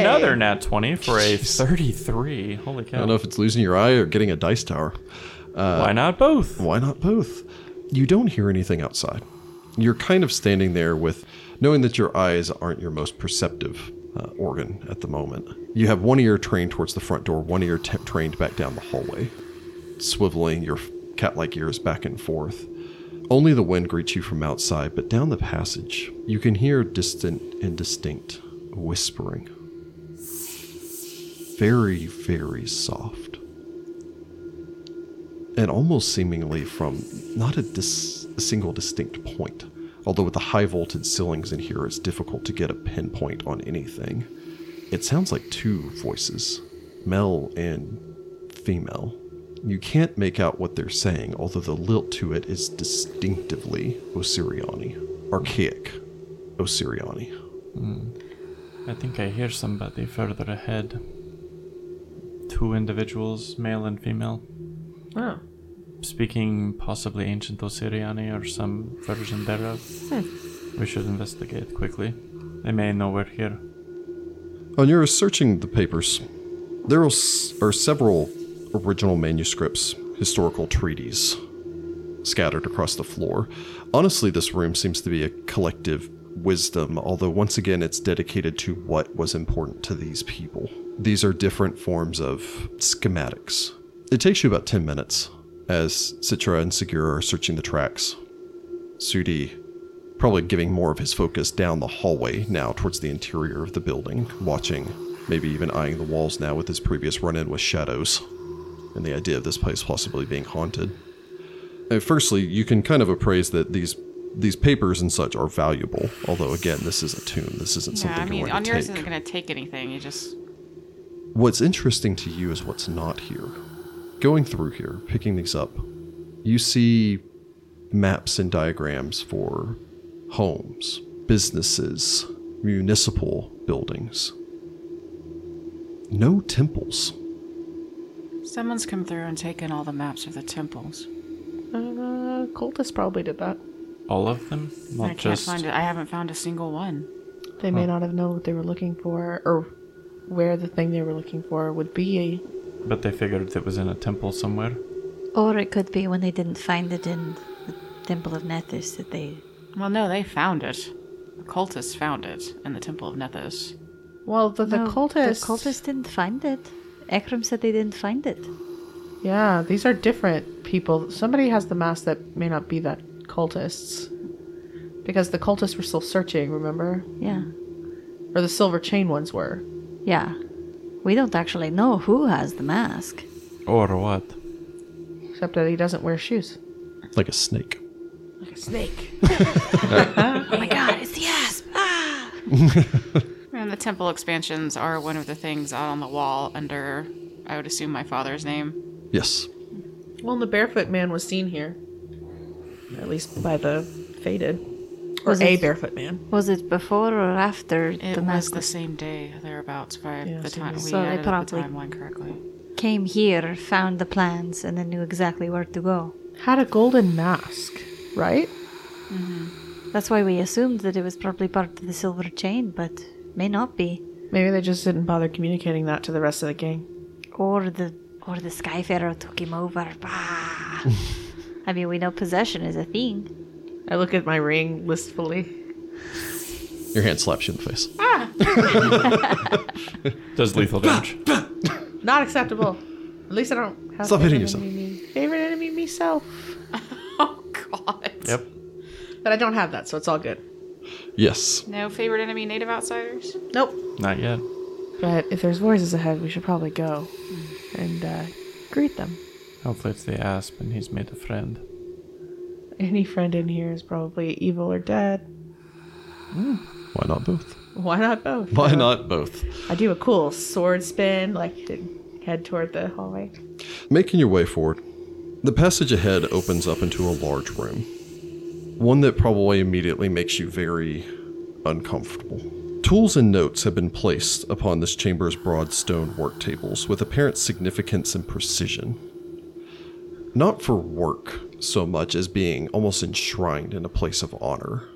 Speaker 4: Another nat 20 for a
Speaker 1: Jeez.
Speaker 4: 33. Holy
Speaker 1: I
Speaker 4: cow.
Speaker 1: don't know if it's losing your eye or getting a dice tower.
Speaker 4: Why not both?
Speaker 1: Why not both? You don't hear anything outside. You're kind of standing there with knowing that your eyes aren't your most perceptive uh, organ at the moment. You have one ear trained towards the front door, one ear t- trained back down the hallway, swiveling your cat like ears back and forth. Only the wind greets you from outside, but down the passage, you can hear distant and distinct whispering. Very, very soft and almost seemingly from not a, dis- a single distinct point. Although with the high voltage ceilings in here, it's difficult to get a pinpoint on anything. It sounds like two voices, male and female. You can't make out what they're saying, although the lilt to it is distinctively Osiriani, archaic Osiriani.
Speaker 4: I think I hear somebody further ahead. Two individuals, male and female,
Speaker 3: Oh.
Speaker 4: speaking possibly ancient Osiriani or some version thereof.
Speaker 2: Hmm.
Speaker 4: We should investigate quickly. They may know we're here.
Speaker 1: On your searching the papers, there s- are several original manuscripts, historical treaties scattered across the floor. Honestly, this room seems to be a collective wisdom, although once again it's dedicated to what was important to these people. These are different forms of schematics. It takes you about 10 minutes as Citra and Segura are searching the tracks. Sudi probably giving more of his focus down the hallway now towards the interior of the building, watching, maybe even eyeing the walls now with his previous run in with shadows and the idea of this place possibly being haunted. Uh, firstly, you can kind of appraise that these these papers and such are valuable, although again, this is a tomb. This isn't
Speaker 2: Yeah,
Speaker 1: something
Speaker 2: I mean,
Speaker 1: you're going
Speaker 2: on
Speaker 1: to
Speaker 2: yours
Speaker 1: take.
Speaker 2: isn't gonna take anything. You just
Speaker 1: What's interesting to you is what's not here. Going through here, picking these up, you see maps and diagrams for homes, businesses, municipal buildings. No temples.
Speaker 2: someone's come through and taken all the maps of the temples.
Speaker 3: Uh, cultists probably did that.
Speaker 4: All of them? Not
Speaker 2: I can't
Speaker 4: just.
Speaker 2: find it. I haven't found a single one.
Speaker 3: They may not have known what they were looking for or where the thing they were looking for would be.
Speaker 4: But they figured it was in a temple somewhere.
Speaker 5: Or it could be when they didn't find it in the Temple of Nethys that they.
Speaker 2: Well, no, they found it. The cultists found it in the Temple of Nethys.
Speaker 3: Well, the, the cultists.
Speaker 5: The cultists didn't find it. Ekram said they didn't find it.
Speaker 3: Yeah, these are different people. Somebody has the mask that may not be that cultists. Because the cultists were still searching, remember?
Speaker 5: Yeah.
Speaker 3: Or the silver chain ones were.
Speaker 5: Yeah. We don't actually know who has the mask.
Speaker 4: Or what?
Speaker 3: Except that he doesn't wear shoes.
Speaker 1: Like a snake.
Speaker 3: Like a snake.
Speaker 5: Oh my god, it's the asp! Ah!
Speaker 2: And the temple expansions are one of the things out on the wall under, I would assume, my father's name.
Speaker 1: Yes.
Speaker 3: Well, the barefoot man was seen here. At least by the faded. Or
Speaker 5: Was
Speaker 3: a
Speaker 5: it-
Speaker 3: barefoot man.
Speaker 5: Was it before or after
Speaker 2: It
Speaker 5: the
Speaker 2: was
Speaker 5: mask
Speaker 2: the same day, thereabouts, by
Speaker 3: Yeah,
Speaker 2: the
Speaker 3: so
Speaker 2: time we
Speaker 5: they- So they
Speaker 2: added up the
Speaker 5: probably-
Speaker 2: timeline correctly.
Speaker 5: came here, found the plans, and then knew exactly where to go?
Speaker 3: Had a golden mask, right?
Speaker 5: That's why we assumed that it was probably part of the silver chain, but may not be.
Speaker 3: Maybe they just didn't bother communicating that to the rest of the gang.
Speaker 5: Or the or the Skyfarer took him over. Bah. I mean, we know possession is a thing.
Speaker 3: I look at my ring listfully.
Speaker 1: Your hand slaps you in the face.
Speaker 4: Does lethal damage.
Speaker 3: Not acceptable. At least I don't have
Speaker 1: Stop
Speaker 3: favorite
Speaker 1: hitting yourself.
Speaker 3: enemy me- favorite enemy myself.
Speaker 2: Oh, God.
Speaker 4: yep.
Speaker 3: But I don't have that, so it's all good.
Speaker 1: Yes.
Speaker 2: No favorite enemy native outsiders?
Speaker 3: Nope.
Speaker 4: Not yet.
Speaker 3: But if there's voices ahead, we should probably go and uh, greet them.
Speaker 4: Hopefully it's the asp and he's made a friend.
Speaker 3: Any friend in here is probably evil or dead.
Speaker 1: Why not both?
Speaker 3: Why not both?
Speaker 1: Why not both?
Speaker 3: I do a cool sword spin, like to head toward the hallway.
Speaker 1: Making your way forward, The passage ahead opens up into a large room. One that probably immediately makes you very uncomfortable. Tools and notes have been placed upon this chamber's broad stone work tables with apparent significance and precision. Not for work so much as being almost enshrined in a place of honor.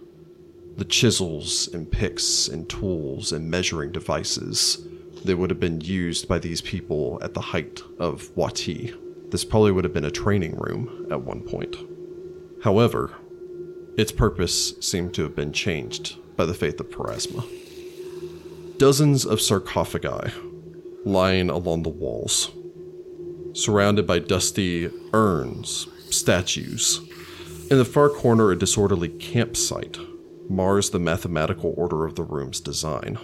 Speaker 1: The chisels and picks and tools and measuring devices that would have been used by these people at the height of Wati. This probably would have been a training room at one point. However, its purpose seemed to have been changed by the faith of Parasma. Dozens of sarcophagi lying along the walls, surrounded by dusty urns, statues. In the far corner, a disorderly campsite mars the mathematical order of the room's design.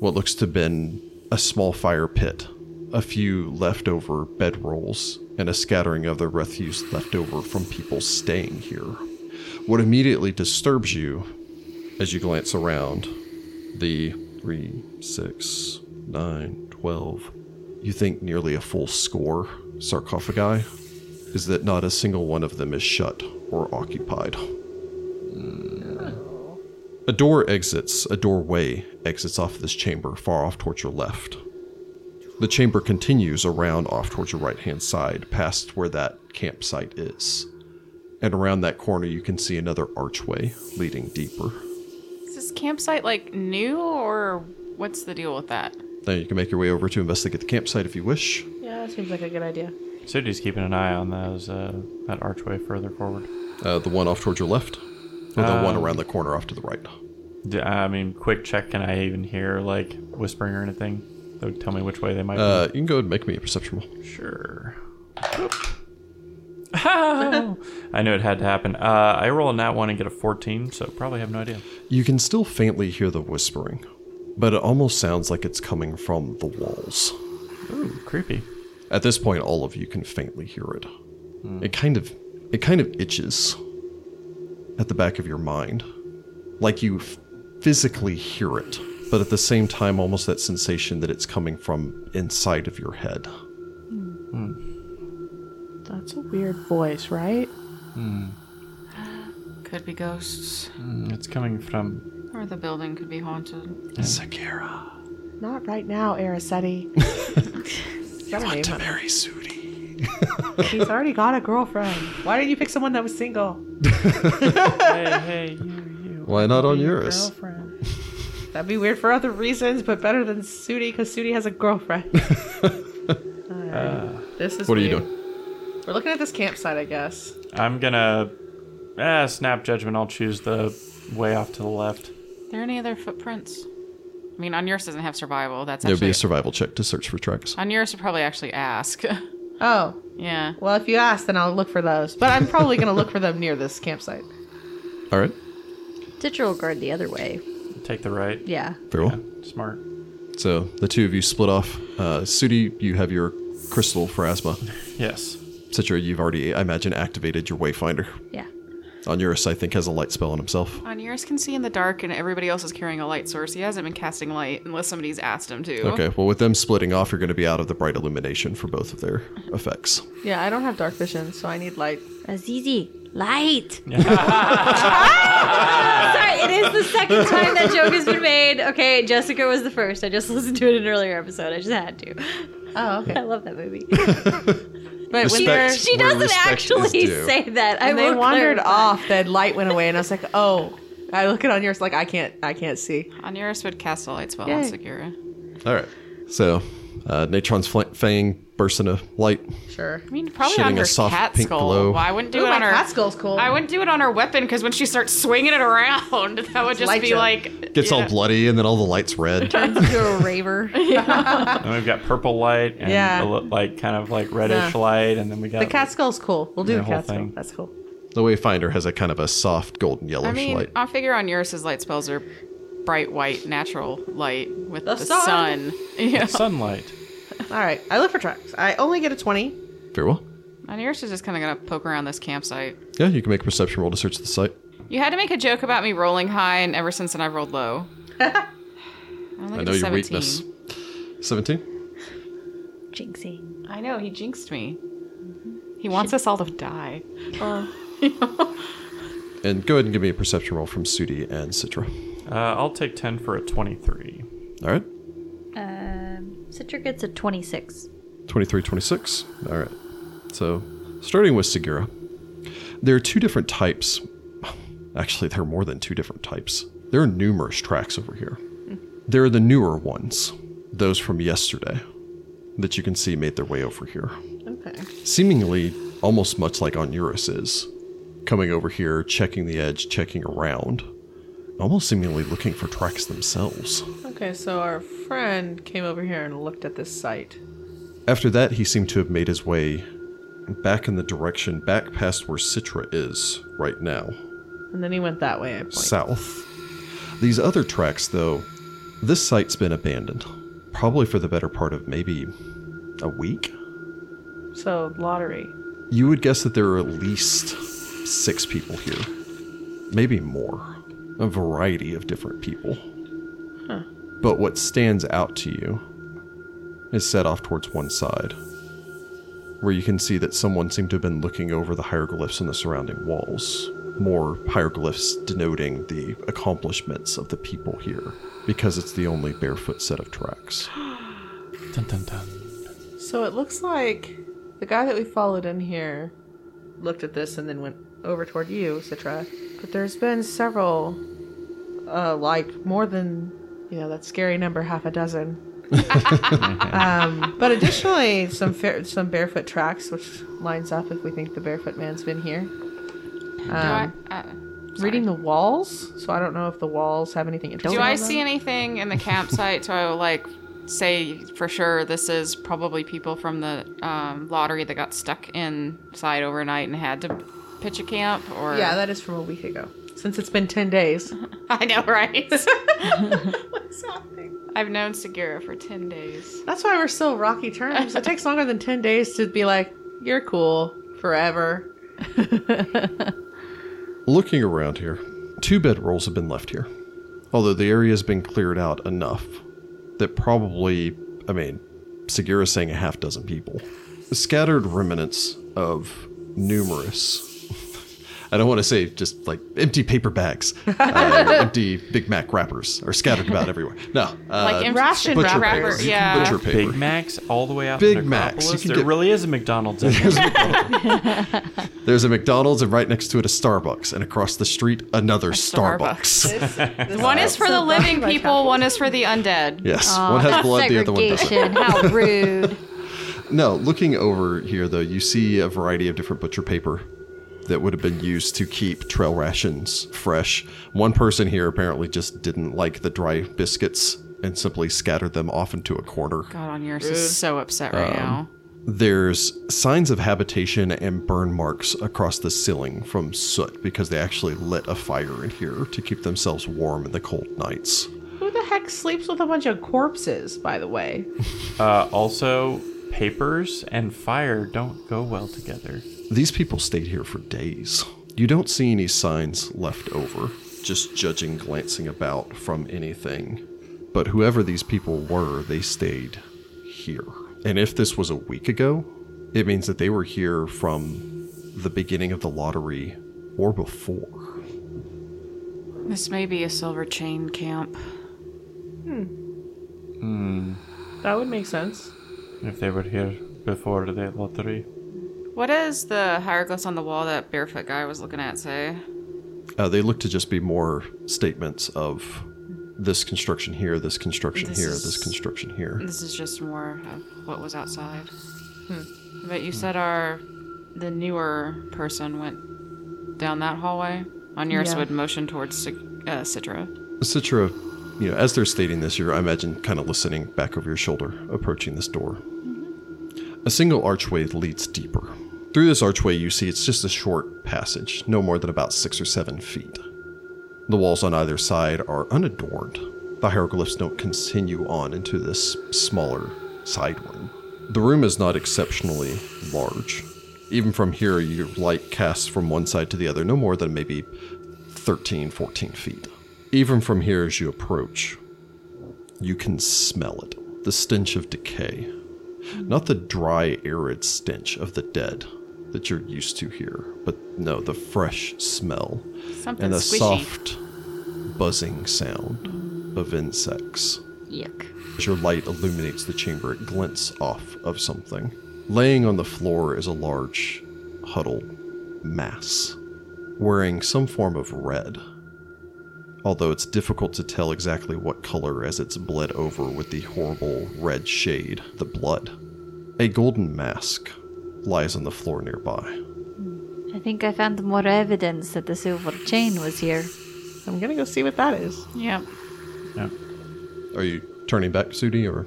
Speaker 1: What looks to have been a small fire pit, a few leftover bedrolls, and a scattering of the refuse left over from people staying here. What immediately disturbs you as you glance around the 3, 6, 9, 12, you think nearly a full score sarcophagi is that not a single one of them is shut or occupied. A door exits, a doorway exits off this chamber far off towards your left. The chamber continues around off towards your right hand side, past where that campsite is. And around that corner, you can see another archway leading deeper.
Speaker 2: Is this campsite like new or what's the deal with that?
Speaker 1: Now you can make your way over to investigate the campsite if you wish.
Speaker 3: Yeah, that seems like a good idea.
Speaker 4: Sudi's keeping an eye on those uh, that archway further forward.
Speaker 1: Uh, the one off towards your left, or the one
Speaker 4: Um,
Speaker 1: around the corner off to the right.
Speaker 4: D- I mean, quick check. Can I even hear like whispering or anything? That would tell me which way they might
Speaker 1: Uh, you can go ahead and make me a perception roll.
Speaker 4: be. Sure. Oh, I knew it had to happen. Uh, I roll a nat one and get a fourteen, so probably have no idea.
Speaker 1: You can still faintly hear the whispering, but it almost sounds like it's coming from the walls.
Speaker 4: Ooh, creepy.
Speaker 1: At this point, all of you can faintly hear it. It kind of, it kind of itches at the back of your mind, like you f- physically hear it, but at the same time, almost that sensation that it's coming from inside of your head.
Speaker 3: That's a weird voice, right?
Speaker 2: Could be ghosts.
Speaker 4: Mm, It's coming from.
Speaker 2: Or the building could be haunted.
Speaker 1: Sakira,
Speaker 3: Not right now, Arasetti. Is that her name?
Speaker 1: marry Sudi.
Speaker 3: He's already got a girlfriend. Why didn't you pick someone that was single?
Speaker 4: hey, hey, you, you.
Speaker 1: Why not on yours?
Speaker 3: Girlfriend. That'd be weird for other reasons, but better than Sudi because Sudi has a girlfriend. Alrighty. this is
Speaker 1: Uh, What are you
Speaker 3: weird.
Speaker 1: doing?
Speaker 3: We're looking at this campsite, I guess.
Speaker 4: I'm gonna ah, snap judgment. I'll choose the way off to the left.
Speaker 2: Are there any other footprints? I mean, Onuris doesn't have survival. That's
Speaker 1: There would be
Speaker 2: actually.
Speaker 1: a survival check to search for tracks.
Speaker 2: Onuris would probably actually ask.
Speaker 3: Oh,
Speaker 2: yeah.
Speaker 3: well, if you ask, then I'll look for those. But I'm probably gonna look for them near this campsite.
Speaker 1: All right,
Speaker 5: Ditcher will guard the other way.
Speaker 4: Take the right.
Speaker 5: Yeah.
Speaker 1: very well.
Speaker 4: Smart.
Speaker 1: So the two of you split off. Uh, Sudi, you have your crystal for asthma.
Speaker 4: Yes.
Speaker 1: Citra, you've already, I imagine, activated your wayfinder.
Speaker 5: Yeah.
Speaker 1: Onuris, I think, has a light spell on himself.
Speaker 2: Onuris can see in the dark, and everybody else is carrying a light source. He hasn't been casting light unless somebody's asked him to.
Speaker 1: Okay, well, with them splitting off, you're going to be out of the bright illumination for both of their effects.
Speaker 3: Yeah, I don't have dark vision, so I need light.
Speaker 5: Azizi, light. Ah! Sorry, it is the second time that joke has been made. Okay, Jessica was the first. I just listened to it in an earlier episode. I just had to.
Speaker 3: Oh, okay.
Speaker 5: I love that movie.
Speaker 3: But when they're
Speaker 1: Respect.
Speaker 5: She
Speaker 1: Where
Speaker 5: doesn't
Speaker 1: respect is
Speaker 5: actually
Speaker 1: due.
Speaker 5: say that. I
Speaker 3: when they
Speaker 5: will
Speaker 3: wandered
Speaker 5: clarify.
Speaker 3: off, that light went away, and I was like, oh. I look at on yours like I can't, I can't see.
Speaker 2: Onuris would cast a light spell on
Speaker 3: Yay.
Speaker 2: Segura.
Speaker 1: All right. So, uh, Natron's fl- fang bursts into light.
Speaker 3: Sure.
Speaker 2: I mean, probably
Speaker 1: Shitting
Speaker 2: on
Speaker 1: a
Speaker 2: her
Speaker 1: soft
Speaker 2: cat
Speaker 1: pink
Speaker 2: skull.
Speaker 1: glow.
Speaker 2: Well, I wouldn't do
Speaker 3: Ooh,
Speaker 2: it
Speaker 3: my
Speaker 2: on her.
Speaker 3: cat skull's cool.
Speaker 2: I wouldn't do it on her weapon because when she starts swinging it around, that would just
Speaker 3: light
Speaker 2: be
Speaker 3: jump.
Speaker 2: like
Speaker 1: Gets
Speaker 2: yeah.
Speaker 1: all bloody, and then all the light's red.
Speaker 5: Turns into a raver.
Speaker 4: And we've got purple light and
Speaker 3: Yeah.
Speaker 4: a li- like kind of like reddish
Speaker 3: Yeah.
Speaker 4: light, and then we got
Speaker 3: The cat skull's cool. We'll do
Speaker 4: The
Speaker 3: the
Speaker 4: whole
Speaker 3: cat skull.
Speaker 4: thing.
Speaker 3: That's cool.
Speaker 1: the Wayfinder has a kind of a soft golden yellowish
Speaker 2: I mean, uh
Speaker 1: light.
Speaker 2: I figure Onuris's light spells are bright white, natural light with the,
Speaker 3: The
Speaker 2: sun.
Speaker 3: sun.
Speaker 2: Yeah.
Speaker 4: sunlight.
Speaker 3: All right, I look for tracks. I only get a twenty.
Speaker 1: Very well.
Speaker 2: Onuris is just kind of gonna poke around this campsite.
Speaker 1: Yeah, you can make a perception roll to search the site.
Speaker 2: You had to make a joke about me rolling high, and ever since then I've rolled low. only
Speaker 1: I
Speaker 2: get
Speaker 1: know
Speaker 2: a
Speaker 1: your
Speaker 2: 17.
Speaker 1: weakness. 17?
Speaker 5: Jinxing.
Speaker 2: I know he jinxed me. He wants us all to die.
Speaker 1: And go ahead and give me a perception roll from Sudi and Citra.
Speaker 4: Uh, I'll take 10 for a 23.
Speaker 1: All right.
Speaker 5: Um, Citra gets a 26.
Speaker 1: 23, 26. All right. So, starting with Segura, there are two different types. Actually, there are more than two different types. There are numerous tracks over here. There are the newer ones, those from yesterday, that you can see made their way over here.
Speaker 3: Okay.
Speaker 1: Seemingly almost much like Onuris is, coming over here, checking the edge, checking around, almost seemingly looking for tracks themselves.
Speaker 3: Okay, so our friend came over here and looked at this site.
Speaker 1: After that, he seemed to have made his way back in the direction, back past where Citra is right now,
Speaker 3: And then he went that way, I point.
Speaker 1: south. These other tracks, though, this site's been abandoned, probably for the better part of maybe a week.
Speaker 3: So, lottery.
Speaker 1: You would guess that there are at least six people here, maybe more, a variety of different people. But what stands out to you is set off towards one side, where you can see that someone seemed to have been looking over the hieroglyphs on the surrounding walls. More hieroglyphs denoting the accomplishments of the people here, because it's the only barefoot set of tracks.
Speaker 4: Dun, dun, dun.
Speaker 3: So, it looks like the guy that we followed in here looked at this and then went over toward you, Citra. But there's been several, uh, like more than, you know, that scary number, half a dozen. um, but additionally, some fair, some barefoot tracks, which lines up if we think the barefoot man's been here.
Speaker 2: Do I,
Speaker 3: Um,
Speaker 2: uh,
Speaker 3: reading the walls, so I don't know if the walls have anything interesting.
Speaker 2: do I
Speaker 3: on them.
Speaker 2: see anything in the campsite to like say for sure this is probably people from the um, lottery that got stuck inside overnight and had to pitch a camp? Or
Speaker 3: Yeah, that is from a week ago. Since it's been ten days.
Speaker 2: I know, right? I've known Segura for ten days.
Speaker 3: That's why we're still rocky terms. It takes longer than ten days to be like, you're cool forever.
Speaker 1: Looking around here, two bedrolls have been left here. Although the area has been cleared out enough that probably, I mean, Segura's saying a half dozen people. Scattered remnants of numerous, I don't want to say just like empty paper bags, uh, empty Big Mac wrappers are scattered about everywhere. No. Uh,
Speaker 2: Like in
Speaker 3: ration
Speaker 1: butcher paper.
Speaker 3: wrappers.
Speaker 2: Wrapper, yeah.
Speaker 1: Butcher paper.
Speaker 4: Big Macs all the way out
Speaker 1: Big
Speaker 4: to
Speaker 1: Macs, you
Speaker 4: Necropolis.
Speaker 1: can
Speaker 4: There
Speaker 1: get-
Speaker 4: really is a McDonald's. in there.
Speaker 1: There's a McDonald's and right next to it a Starbucks, and across the street another Starbucks.
Speaker 2: Starbucks.
Speaker 3: one
Speaker 2: One is for the living people, one is for the undead.
Speaker 1: Yes, one has blood, the other one doesn't.
Speaker 5: Segregation. How rude.
Speaker 1: No, looking over here though, you see a variety of different butcher paper that would have been used to keep trail rations fresh. One person here apparently just didn't like the dry biscuits and simply scattered them off into a corner.
Speaker 2: God, on yours is so upset right now.
Speaker 1: There's signs of habitation and burn marks across the ceiling from soot because they actually lit a fire in here to keep themselves warm in the cold nights.
Speaker 3: Who the heck sleeps with a bunch of corpses, by the way?
Speaker 4: uh, also, papers and fire don't go well together.
Speaker 1: These people stayed here for days. You don't see any signs left over, just judging, glancing about from anything. But whoever these people were, they stayed here. And if this was a week ago, it means that they were here from the beginning of the lottery or before.
Speaker 2: This may be a silver chain camp.
Speaker 3: That would make sense.
Speaker 4: If they were here before the lottery.
Speaker 2: What is the hieroglyphs on the wall that barefoot guy was looking at say?
Speaker 1: Uh, they look to just be more statements of this construction here, this construction
Speaker 2: This
Speaker 1: here,
Speaker 2: is-
Speaker 1: this construction here.
Speaker 2: This is just more of what was outside. But you said our the newer person went down that hallway. On yours
Speaker 3: Yeah.
Speaker 2: would motion towards Sig- uh, Citra.
Speaker 1: Citra, you know, as they're stating this, you're, I imagine, kind of listening back over your shoulder, approaching this door. A single archway leads deeper. Through this archway, you see it's just a short passage, no more than about six or seven feet. The walls on either side are unadorned. The hieroglyphs don't continue on into this smaller side room. The room is not exceptionally large. Even from here, your light casts from one side to the other no more than maybe 13, 14 feet. Even from here, as you approach, you can smell it the stench of decay. Not the dry, arid stench of the dead, that you're used to here, but no, the fresh smell
Speaker 2: Something
Speaker 1: and the
Speaker 2: squishy.
Speaker 1: soft buzzing sound of insects.
Speaker 5: Yuck.
Speaker 1: As your light illuminates the chamber, it glints off of something. Laying on the floor is a large, huddled mass, wearing some form of red. Although it's difficult to tell exactly what color as it's bled over with the horrible red shade, the blood. A golden mask lies on the floor nearby.
Speaker 5: I think I found more evidence that the silver chain was here.
Speaker 3: I'm gonna go see what that is.
Speaker 2: Yep.
Speaker 4: Yeah.
Speaker 1: Are you turning back, Sudi, or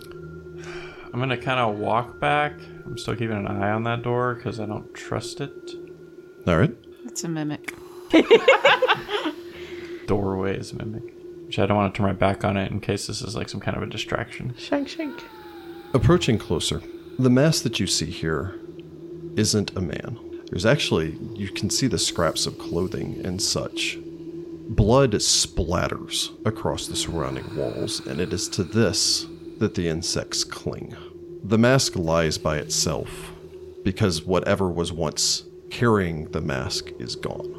Speaker 4: I'm gonna kind of walk back. I'm still keeping an eye on that door because I don't trust it.
Speaker 1: all right?
Speaker 2: It's a mimic.
Speaker 4: Doorway is mimic, which I don't want to turn my back on it in case this is like some kind of a distraction.
Speaker 3: Shank shank.
Speaker 1: Approaching closer, the mass that you see here isn't a man. There's actually, you can see the scraps of clothing and such. Blood splatters across the surrounding walls, and it is to this that the insects cling. The mask lies by itself because whatever was once carrying the mask is gone.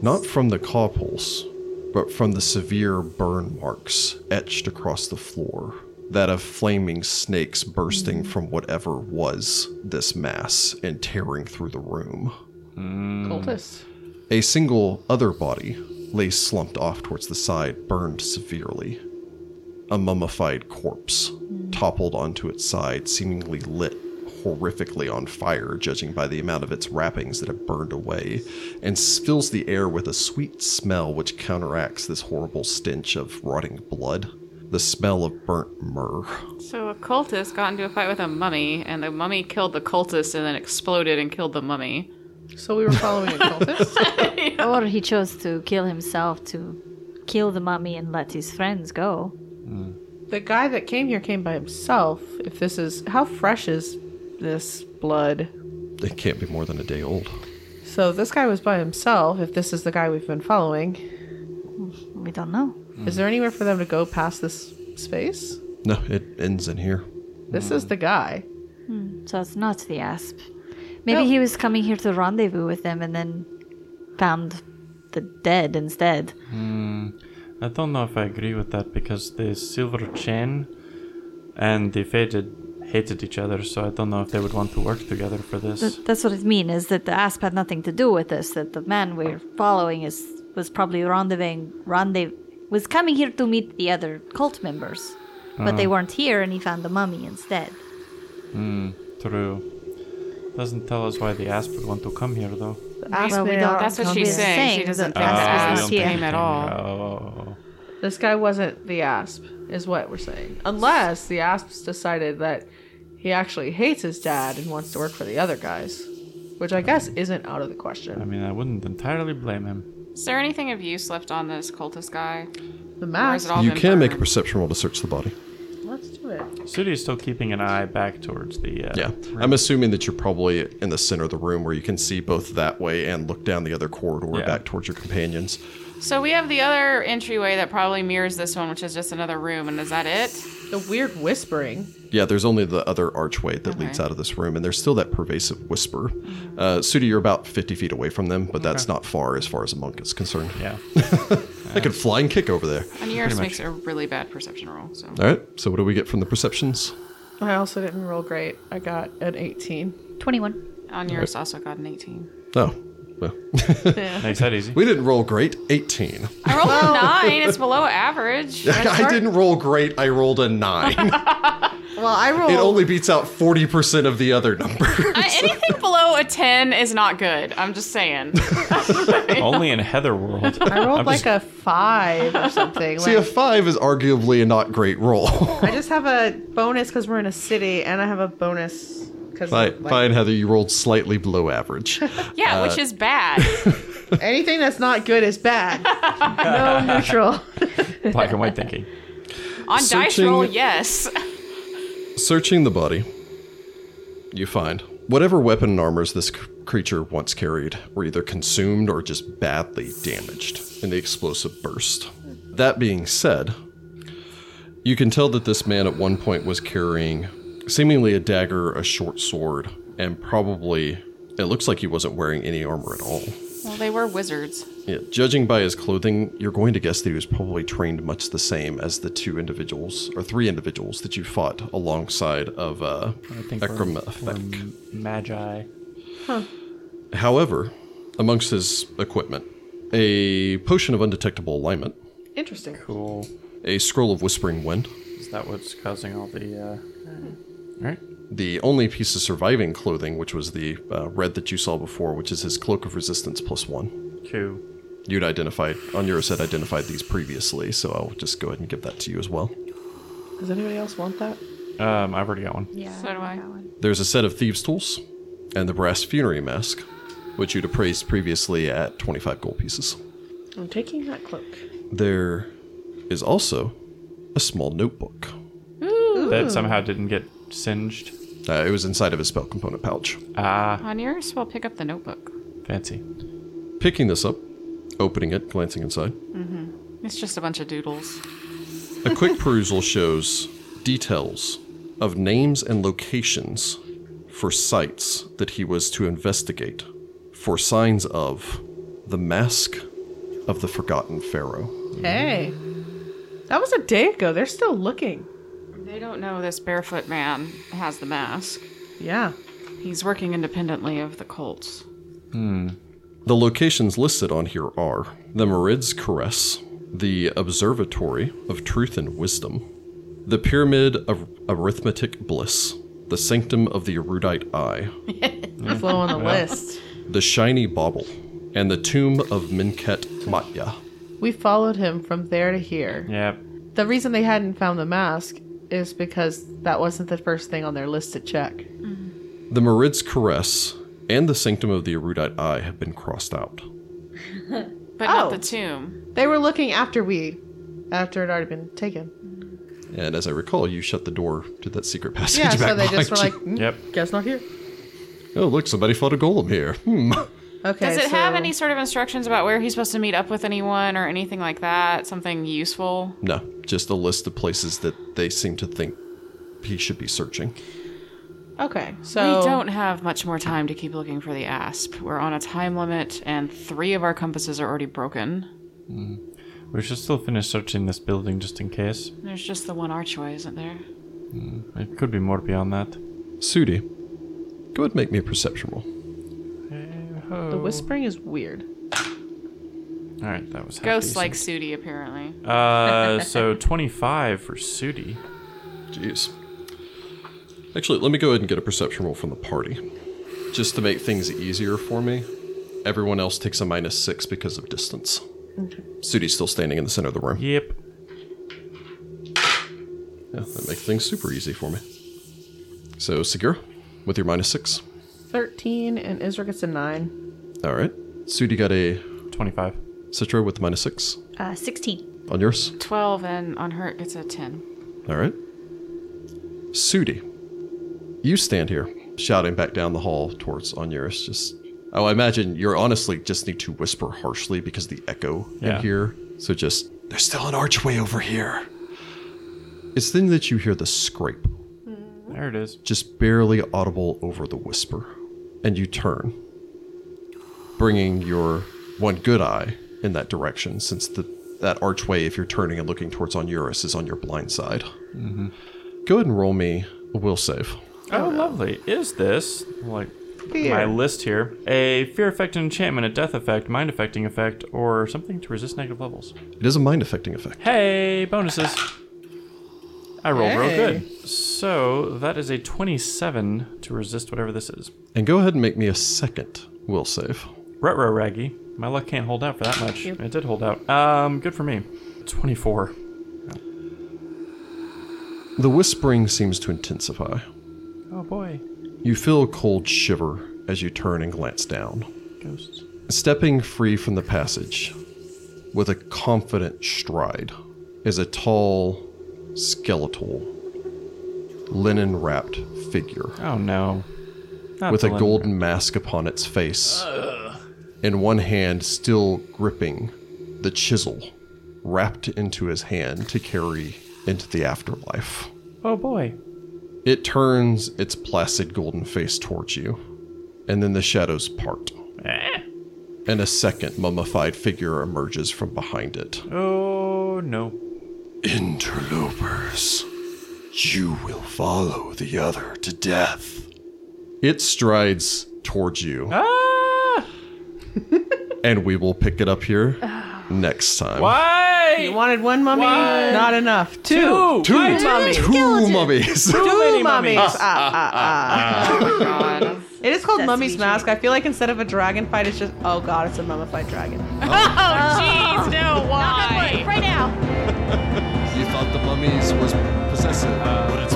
Speaker 1: Not from the caw pulse, but from the severe burn marks etched across the floor, that of flaming snakes bursting from whatever was this mass and tearing through the room.
Speaker 3: Hmm. Cultist.
Speaker 1: A single other body lay slumped off towards the side, burned severely. A mummified corpse toppled onto its side, seemingly lit horrifically on fire, judging by the amount of its wrappings that have burned away, and s- fills the air with a sweet smell which counteracts this horrible stench of rotting blood. The smell of burnt myrrh.
Speaker 2: So a cultist got into a fight with a mummy, and the mummy killed the cultist, and then exploded and killed the mummy.
Speaker 3: So we were following a cultist.
Speaker 5: Or he chose to kill himself to kill the mummy and let his friends go.
Speaker 3: the guy that came here came by himself. If this is how fresh is this blood?
Speaker 1: It can't be more than a day old.
Speaker 3: So this guy was by himself. If this is the guy we've been following,
Speaker 5: We don't know.
Speaker 3: is there anywhere for them to go past this space?
Speaker 1: No, it ends in here.
Speaker 3: This is the guy.
Speaker 5: So it's not the asp. Maybe
Speaker 3: No.
Speaker 5: he was coming here to rendezvous with them and then found the dead instead.
Speaker 4: I don't know if I agree with that because the silver chain and the faded hated each other, so I don't know if they would want to work together for this.
Speaker 5: Th- That's what I mean is that the asp had nothing to do with this. That the man we're following is was probably rendezvousing rendezvous was coming here to meet the other cult members, but they weren't here, and he found the mummy instead.
Speaker 4: True. Doesn't tell us why the asp would want to come here though.
Speaker 3: Ask
Speaker 5: Ah, Well, we
Speaker 3: me
Speaker 5: don't-
Speaker 3: out.
Speaker 2: That's what she's
Speaker 5: Obvious.
Speaker 2: saying. She
Speaker 5: Saying
Speaker 2: doesn't
Speaker 5: that
Speaker 2: think the
Speaker 5: that's
Speaker 4: you
Speaker 2: asp
Speaker 5: what's
Speaker 4: don't think
Speaker 5: here.
Speaker 2: came at
Speaker 4: they-
Speaker 2: all.
Speaker 4: Oh.
Speaker 3: This guy wasn't the asp, is what we're saying. Unless the asps decided that he actually hates his dad and wants to work for the other guys, which I guess isn't out of the
Speaker 4: I
Speaker 3: question.
Speaker 4: mean, I wouldn't entirely blame him.
Speaker 2: Is there anything of use left on this cultist guy?
Speaker 3: The
Speaker 2: Or is
Speaker 3: mask.
Speaker 2: it all
Speaker 1: you
Speaker 2: been
Speaker 1: can make a
Speaker 2: burned?
Speaker 1: perception roll to search the body.
Speaker 3: Let's do it.
Speaker 4: Sudi is still keeping an eye back towards the. Uh,
Speaker 1: Yeah.
Speaker 4: room.
Speaker 1: I'm assuming that you're probably in the center of the room where you can see both that way and look down the other corridor
Speaker 4: Yeah.
Speaker 1: back towards your companions.
Speaker 2: So we have the other entryway that probably mirrors this one, which is just another room. And is that it?
Speaker 3: The weird whispering.
Speaker 1: Yeah, there's only the other archway that leads
Speaker 2: Okay.
Speaker 1: out of this room, and there's still that pervasive whisper. Uh, Sudi, you're about 50 feet away from them, but that's not far as far as a monk is concerned.
Speaker 4: Yeah.
Speaker 1: I could fly and kick over there.
Speaker 2: And yours
Speaker 4: much.
Speaker 2: makes a really bad perception roll. So
Speaker 1: All right, so what do we get from the perceptions?
Speaker 3: I also didn't roll great. I got an 18.
Speaker 5: Twenty-one.
Speaker 2: on yours also got an 18.
Speaker 1: Oh, well,
Speaker 4: Makes that easy.
Speaker 1: we didn't roll great. 18.
Speaker 2: I rolled a nine. It's below average. That's
Speaker 1: I
Speaker 2: hard-
Speaker 1: didn't roll great. I rolled a 9.
Speaker 3: Well, I rolled.
Speaker 1: it only beats out 40% of the other number.
Speaker 2: Uh, anything below a 10 is not good. I'm just saying.
Speaker 4: Only in Heather world.
Speaker 3: I rolled
Speaker 4: I'm
Speaker 3: like
Speaker 4: just-
Speaker 3: a five or something.
Speaker 1: See, a
Speaker 3: Like,
Speaker 1: 5 is arguably a not great roll.
Speaker 3: I just have a bonus because we're in a city, and I have a bonus because
Speaker 1: Fine, fine, Heather, you rolled slightly below average.
Speaker 2: Yeah,
Speaker 1: Uh,
Speaker 2: which is bad.
Speaker 3: anything that's not good is bad. no neutral.
Speaker 4: black and white thinking.
Speaker 2: On dice
Speaker 1: Searching-
Speaker 2: roll, yes.
Speaker 1: Searching the body, you find whatever weapon and armors this c- creature once carried were either consumed or just badly damaged in the explosive burst. That being said, you can tell that this man at one point was carrying seemingly a dagger, a short sword, and probably It looks like he wasn't wearing any armor at all.
Speaker 2: Well, they were wizards.
Speaker 1: Yeah, judging by his clothing, you're going to guess that he was probably trained much the same as the two individuals or three individuals that you fought alongside of uh,
Speaker 4: I think
Speaker 1: Ekram
Speaker 4: we're, we're
Speaker 1: Efek.
Speaker 4: m- magi.
Speaker 1: However, amongst his equipment, a potion of undetectable alignment,
Speaker 3: Interesting.
Speaker 4: Cool.
Speaker 1: a scroll of whispering wind,
Speaker 4: Is that what's causing all the? Uh... Right.
Speaker 1: the only piece of surviving clothing, which was the uh, red that you saw before, which is his cloak of resistance plus one.
Speaker 4: Cool.
Speaker 1: You'd identified, Onuris had identified these previously, so I'll just go ahead and give that to you as well.
Speaker 3: Does anybody else want that?
Speaker 4: Um, I've already got one.
Speaker 5: Yeah.
Speaker 2: So do I.
Speaker 5: that one.
Speaker 1: There's a set of thieves' tools and the brass funerary mask, which you'd appraised previously at 25 gold pieces.
Speaker 3: I'm taking that cloak.
Speaker 1: There is also a small notebook.
Speaker 4: That somehow didn't get singed.
Speaker 1: Uh, it was inside of his spell component pouch.
Speaker 4: Ah,
Speaker 2: On yours, we'll pick up the notebook.
Speaker 4: fancy.
Speaker 1: Picking this up, opening it, glancing inside,
Speaker 2: It's just a bunch of doodles.
Speaker 1: a quick perusal shows details of names and locations for sites that he was to investigate for signs of the mask of the forgotten pharaoh.
Speaker 3: Hey. That was a day ago. They're still looking.
Speaker 2: They don't know this barefoot man has the mask.
Speaker 3: Yeah.
Speaker 2: He's working independently of the cults.
Speaker 1: The locations listed on here are the Merid's Caress, the Observatory of Truth and Wisdom, the Pyramid of Arithmetic Bliss, the Sanctum of the Erudite Eye,
Speaker 3: Flow on the list.
Speaker 1: the Shiny Bauble, and the Tomb of Minket Matya.
Speaker 3: We followed him from there to here.
Speaker 4: Yep.
Speaker 3: The reason they hadn't found the mask is because that wasn't the first thing on their list to check.
Speaker 1: The Merid's Caress and the Sanctum of the Erudite Eye have been crossed out.
Speaker 2: But not
Speaker 3: Oh.
Speaker 2: the tomb.
Speaker 3: They were looking after we, after it had already been taken.
Speaker 1: And as I recall, you shut the door to that secret passage
Speaker 3: Yeah,
Speaker 1: back
Speaker 3: so they just
Speaker 1: behind
Speaker 3: were
Speaker 1: you.
Speaker 3: like, "Mm,
Speaker 4: Yep.
Speaker 3: guess not here.
Speaker 1: oh, look, somebody fought a golem here. Hmm.
Speaker 3: Okay.
Speaker 2: Does it have
Speaker 3: so-
Speaker 2: any sort of instructions about where he's supposed to meet up with anyone or anything like that? Something useful?
Speaker 1: No, just a list of places that they seem to think he should be searching.
Speaker 3: Okay. So
Speaker 2: we don't have much more time to keep looking for the asp. We're on a time limit, and three of our compasses are already broken.
Speaker 4: We should still finish searching this building just in case.
Speaker 2: There's just the one archway, isn't there?
Speaker 4: It could be more beyond that.
Speaker 1: Sudi, go ahead and make me a perception roll. Oh.
Speaker 3: the whispering is weird.
Speaker 4: All right, that was half
Speaker 2: Ghosts like
Speaker 4: decent.
Speaker 2: Sudi, apparently.
Speaker 4: Uh, so twenty-five for Sudi.
Speaker 1: Jeez. Actually, let me go ahead and get a perception roll from the party. Just to make things easier for me, everyone else takes a minus six because of distance. Sudi's still standing in the center of the room.
Speaker 4: Yep.
Speaker 1: Yeah, that makes things super easy for me. So, Segura, with your minus six.
Speaker 3: Thirteen and Isra gets a nine.
Speaker 1: All right. Sudi got a
Speaker 4: Twenty-five.
Speaker 1: Citra with the minus six
Speaker 5: Uh, 16.
Speaker 1: on yours.
Speaker 2: 12, and on her, it gets a 10.
Speaker 1: All right. Sudi, you stand here, shouting back down the hall towards Onuris. Just, oh, I imagine you're honestly just need to whisper harshly because of the echo
Speaker 4: Yeah.
Speaker 1: in here. So just, there's still an archway over here. It's then that you hear the scrape,
Speaker 4: There it is.
Speaker 1: just barely audible over the whisper, and you turn, bringing your one good eye in that direction, since the that archway, if you're turning and looking towards Onuris, is on your blind side. Go ahead and roll me a will save.
Speaker 4: Oh, lovely. Is this like my
Speaker 3: Fear.
Speaker 4: list here? A fear effect, an enchantment, a death effect, mind affecting effect, or something to resist negative levels.
Speaker 1: It is a mind affecting effect.
Speaker 4: Hey, bonuses. I rolled real
Speaker 3: Hey.
Speaker 4: good. So that is a 27 to resist whatever this is.
Speaker 1: And go ahead and make me a second will save.
Speaker 4: Retro Raggy. My luck can't hold out for that much. It did hold out. Um, good for me. 24.
Speaker 1: The whispering seems to intensify.
Speaker 4: Oh boy.
Speaker 1: You feel a cold shiver as you turn and glance down.
Speaker 4: Ghosts.
Speaker 1: Stepping free from the passage with a confident stride is a tall, skeletal, linen wrapped figure
Speaker 4: Oh no. Not
Speaker 1: with a
Speaker 4: the lemon.
Speaker 1: golden mask upon its face, in one hand still gripping the chisel wrapped into his hand to carry into the afterlife.
Speaker 4: Oh boy.
Speaker 1: It turns its placid golden face towards you and then the shadows part. And a second mummified figure emerges from behind it.
Speaker 4: Oh no.
Speaker 1: Interlopers, you will follow the other to death. It strides towards you,
Speaker 4: Ah!
Speaker 1: and we will pick it up here next time.
Speaker 3: You
Speaker 4: Why?
Speaker 3: wanted one mummy?
Speaker 4: Why?
Speaker 3: Not enough.
Speaker 4: Two.
Speaker 1: Two,
Speaker 4: Why
Speaker 5: mummies?
Speaker 1: two mummies.
Speaker 4: Too
Speaker 3: Two
Speaker 4: many
Speaker 3: mummies.
Speaker 4: mummies.
Speaker 3: Ah, ah, ah.
Speaker 2: God.
Speaker 3: It is called
Speaker 5: That's
Speaker 3: Mummy's
Speaker 5: me,
Speaker 3: Mask. I feel like instead of a dragon fight, it's just, oh god, it's a mummified dragon.
Speaker 2: Jeez, no, why?
Speaker 5: Right now.
Speaker 1: You thought the mummies was possessive, but it's